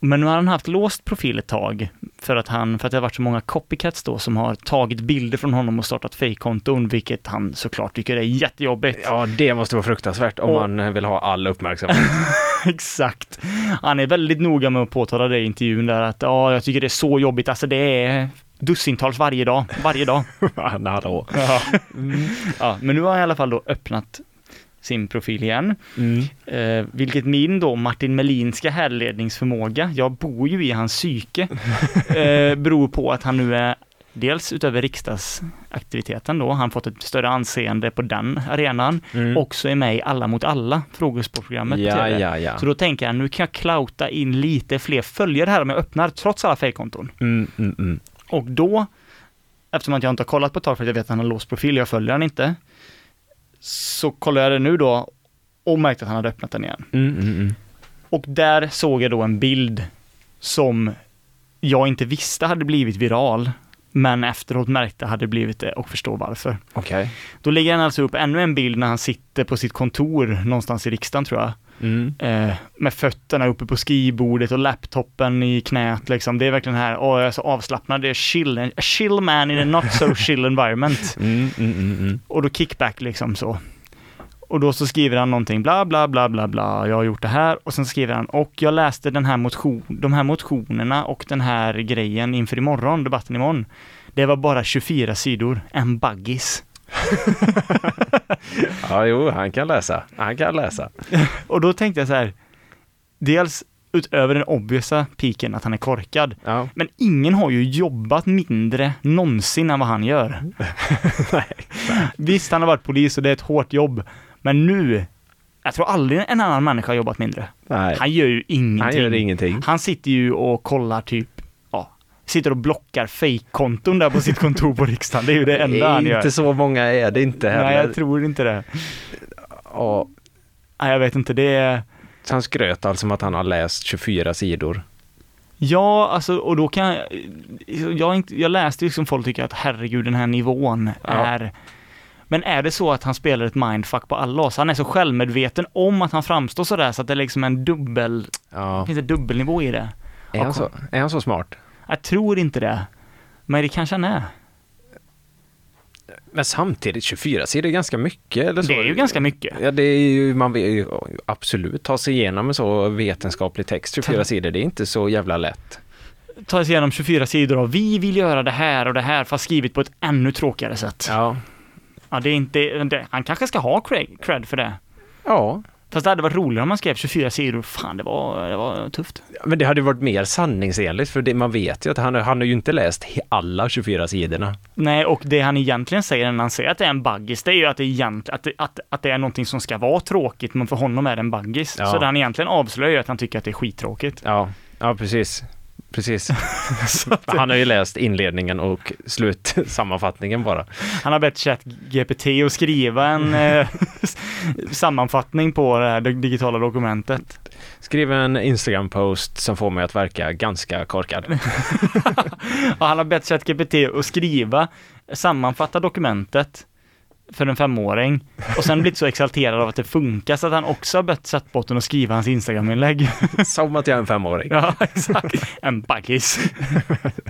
Speaker 2: Men nu har han haft låst profil ett tag, för att, han, för att det har varit så många copycats då som har tagit bilder från honom och startat fejkkonton, vilket han såklart tycker är jättejobbigt.
Speaker 3: ja, det måste vara fruktansvärt om
Speaker 2: Och-
Speaker 3: man vill ha all uppmärksamhet.
Speaker 2: Exakt. Han är väldigt noga med att påtala det i intervjun där att ja, jag tycker det är så jobbigt, alltså det är dussintals varje dag, varje dag.
Speaker 3: Men Hallå.
Speaker 2: Ja.
Speaker 3: Mm.
Speaker 2: ja, men nu har han i alla fall då öppnat sin profil igen.
Speaker 3: Mm.
Speaker 2: Eh, vilket min då Martin Melinska härledningsförmåga, jag bor ju i hans psyke, eh, beror på att han nu är dels utöver riksdagsaktiviteten då, han fått ett större anseende på den arenan, också är med i Alla mot alla, frågesportprogrammet på
Speaker 3: Mm. Ja,
Speaker 2: TV.
Speaker 3: ja, ja.
Speaker 2: Så då tänker jag, nu kan jag klauta in lite fler följare här om jag öppnar, trots alla fejkkonton.
Speaker 3: Mm, mm, mm.
Speaker 2: Och då, eftersom att jag inte har kollat på ett tag för att jag vet att han har låst profil, jag följer han inte, så kollade jag det nu då och märkte att han hade öppnat den igen.
Speaker 3: Mm, mm, mm.
Speaker 2: Och där såg jag då en bild som jag inte visste hade blivit viral, men efteråt märkte hade blivit det och förstår varför.
Speaker 3: Okej.
Speaker 2: Då lägger han alltså upp ännu en bild när han sitter på sitt kontor någonstans i riksdagen tror jag. Eh, med fötterna uppe på skibordet och laptopen i knät liksom. Det är verkligen här, åh jag är så avslappnad, det är chill, a chill man in a not so chill environment. Och då kickback liksom så. Och då så skriver han någonting, bla bla bla bla bla, jag har gjort det här. Och sen skriver han, och jag läste den här motion, de här motionerna och den här grejen inför imorgon, debatten imorgon. Det var bara 24 sidor, en baggis.
Speaker 3: Ja, jo, han kan läsa. Han kan läsa.
Speaker 2: Och då tänkte jag så här, dels utöver den obviousa piken att han är korkad, men ingen har ju jobbat mindre någonsin än vad han gör.
Speaker 3: Mm.
Speaker 2: Visst, han har varit polis och det är ett hårt jobb, men nu, jag tror aldrig en annan människa har jobbat mindre.
Speaker 3: Nej.
Speaker 2: Han gör ju ingenting.
Speaker 3: Han gör ingenting.
Speaker 2: Han sitter ju och kollar typ, ja, sitter och blockar fejkkonton där på sitt kontor på riksdagen. Det är ju det enda
Speaker 3: Det är
Speaker 2: han gör.
Speaker 3: inte så många är det inte heller.
Speaker 2: Nej, jag tror inte det.
Speaker 3: Ja.
Speaker 2: Nej, jag vet inte. Det är...
Speaker 3: Han skröt alltså om att han har läst 24 sidor.
Speaker 2: Ja, alltså, och då kan jag, jag, har inte, jag läste liksom folk tycker att herregud den här nivån är men är det så att han spelar ett mindfuck på alla oss? Han är så självmedveten om att han framstår sådär så att det är liksom en dubbel,
Speaker 3: Ja.
Speaker 2: finns det dubbelnivå i det?
Speaker 3: Är, han så, är han så smart?
Speaker 2: Jag tror inte det, men det kanske han är.
Speaker 3: Men samtidigt 24 sidor är ganska mycket eller så?
Speaker 2: Det är ju ganska mycket.
Speaker 3: Ja, det är ju, man vill ju absolut ta sig igenom en så vetenskaplig text, 24 sidor, det är inte så jävla lätt.
Speaker 2: Ta sig igenom 24 sidor av vi vill göra det här och det här fast skrivet på ett ännu tråkigare sätt.
Speaker 3: Ja.
Speaker 2: Ja, det är inte, det, han kanske ska ha cred, cred för det.
Speaker 3: Ja.
Speaker 2: Fast det hade varit roligare om man skrev 24 sidor. Fan, det var, det var tufft.
Speaker 3: Men det hade varit mer sanningsenligt, för det, man vet ju att han, han har ju inte läst he- alla 24 sidorna.
Speaker 2: Nej, och det han egentligen säger när han säger att det är en baggis, det är ju att det, egent, att, det- att, att det är någonting som ska vara tråkigt, men för honom är det en baggis.
Speaker 3: Ja.
Speaker 2: Så det han egentligen avslöjar är att han tycker att det är skittråkigt.
Speaker 3: Ja, ja precis. Precis. han har ju läst inledningen och slutsammanfattningen bara.
Speaker 2: Han har bett ChatGPT att skriva en
Speaker 3: Mm.
Speaker 2: eh, sammanfattning på det här digitala dokumentet.
Speaker 3: Skriv en Instagram-post som får mig att verka ganska korkad.
Speaker 2: Och han har bett ChatGPT att skriva, sammanfatta dokumentet för en femåring och sen blivit så exalterad av att det funkar så att han också har bett chatbotten att skriva hans Instagram-inlägg.
Speaker 3: Som att jag är en femåring.
Speaker 2: Ja, exakt. En baggis.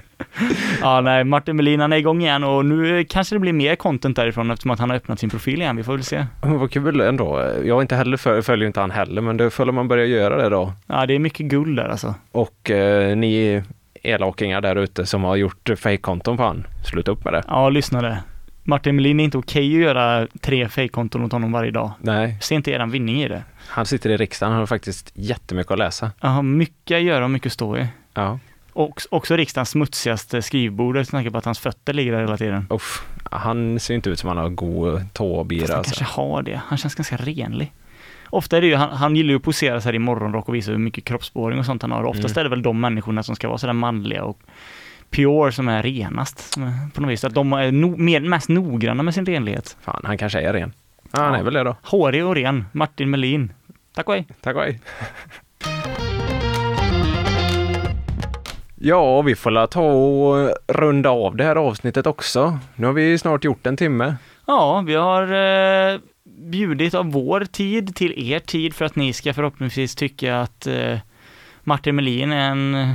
Speaker 2: ja, nej, Martin Melin han är igång igen och nu kanske det blir mer content därifrån eftersom att han har öppnat sin profil igen. Vi får väl se.
Speaker 3: Men vad kul ändå. Jag är inte heller för, följer inte han heller, men det följer man börjar göra det då.
Speaker 2: Ja, det är mycket guld där alltså.
Speaker 3: Och eh, ni elakingar där ute som har gjort fejkkonton på han, sluta upp med det.
Speaker 2: Ja, lyssnare. Martin Melin är inte okej att göra tre fejkkonton åt honom varje dag.
Speaker 3: Nej,
Speaker 2: Se inte eran vinning i det.
Speaker 3: han sitter i riksdagen, han har faktiskt jättemycket att läsa.
Speaker 2: Jaha, mycket att göra och mycket att stå i.
Speaker 3: Ja.
Speaker 2: Och också riksdagens smutsigaste skrivbord, jag tänker på att hans fötter ligger där hela tiden.
Speaker 3: Uff, han ser inte ut som han har god
Speaker 2: Fast
Speaker 3: tåbira.
Speaker 2: han
Speaker 3: Alltså.
Speaker 2: kanske har det. Han känns ganska renlig. Ofta är det ju, han, han gillar ju att posera så här i morgonrock och visa hur mycket kroppsbehåring och sånt han har. Oftast är det väl de människorna som ska vara sådär manliga och pure som är renast som är, på något vis. Att de är no, mer, mest noggranna med sin renlighet.
Speaker 3: Fan, han kanske är ren. Ja, han är väl det då.
Speaker 2: Hårig och ren, Martin Melin. Tack och hej.
Speaker 3: Tack och hej. Ja, vi får la ta och runda av det här avsnittet också. Nu har vi snart gjort en timme.
Speaker 2: Ja, vi har eh, bjudit av vår tid till er tid för att ni ska förhoppningsvis tycka att eh, Martin Melin är en eh,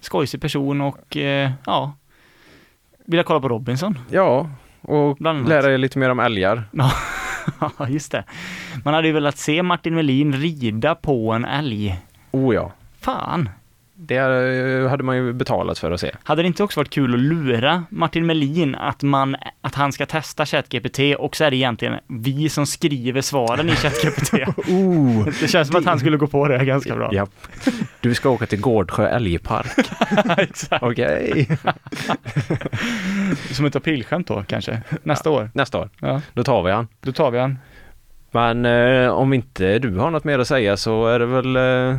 Speaker 2: skojsig person och eh, ja, vill jag kolla på Robinson.
Speaker 3: Ja, och
Speaker 2: Bland annat.
Speaker 3: lära er lite mer om älgar.
Speaker 2: Ja, just det. Man hade ju velat se Martin Melin rida på en älg.
Speaker 3: Oh ja,
Speaker 2: Fan.
Speaker 3: det eh, hade man ju betalat för att se.
Speaker 2: Hade det inte också varit kul att lura Martin Melin att, man, att han ska testa ChatGPT och så är det egentligen vi som skriver svaren i ChatGPT?
Speaker 3: Oh,
Speaker 2: Det känns som att han skulle gå på det ganska bra.
Speaker 3: Japp. Du ska åka till Gårdsjö älgpark.
Speaker 2: Exakt.
Speaker 3: Okej.
Speaker 2: Som ett aprilskämt då kanske, nästa år.
Speaker 3: Nästa år,
Speaker 2: Ja,
Speaker 3: då tar vi han.
Speaker 2: då tar vi han.
Speaker 3: Men eh, om inte du har något mer att säga så är det väl eh,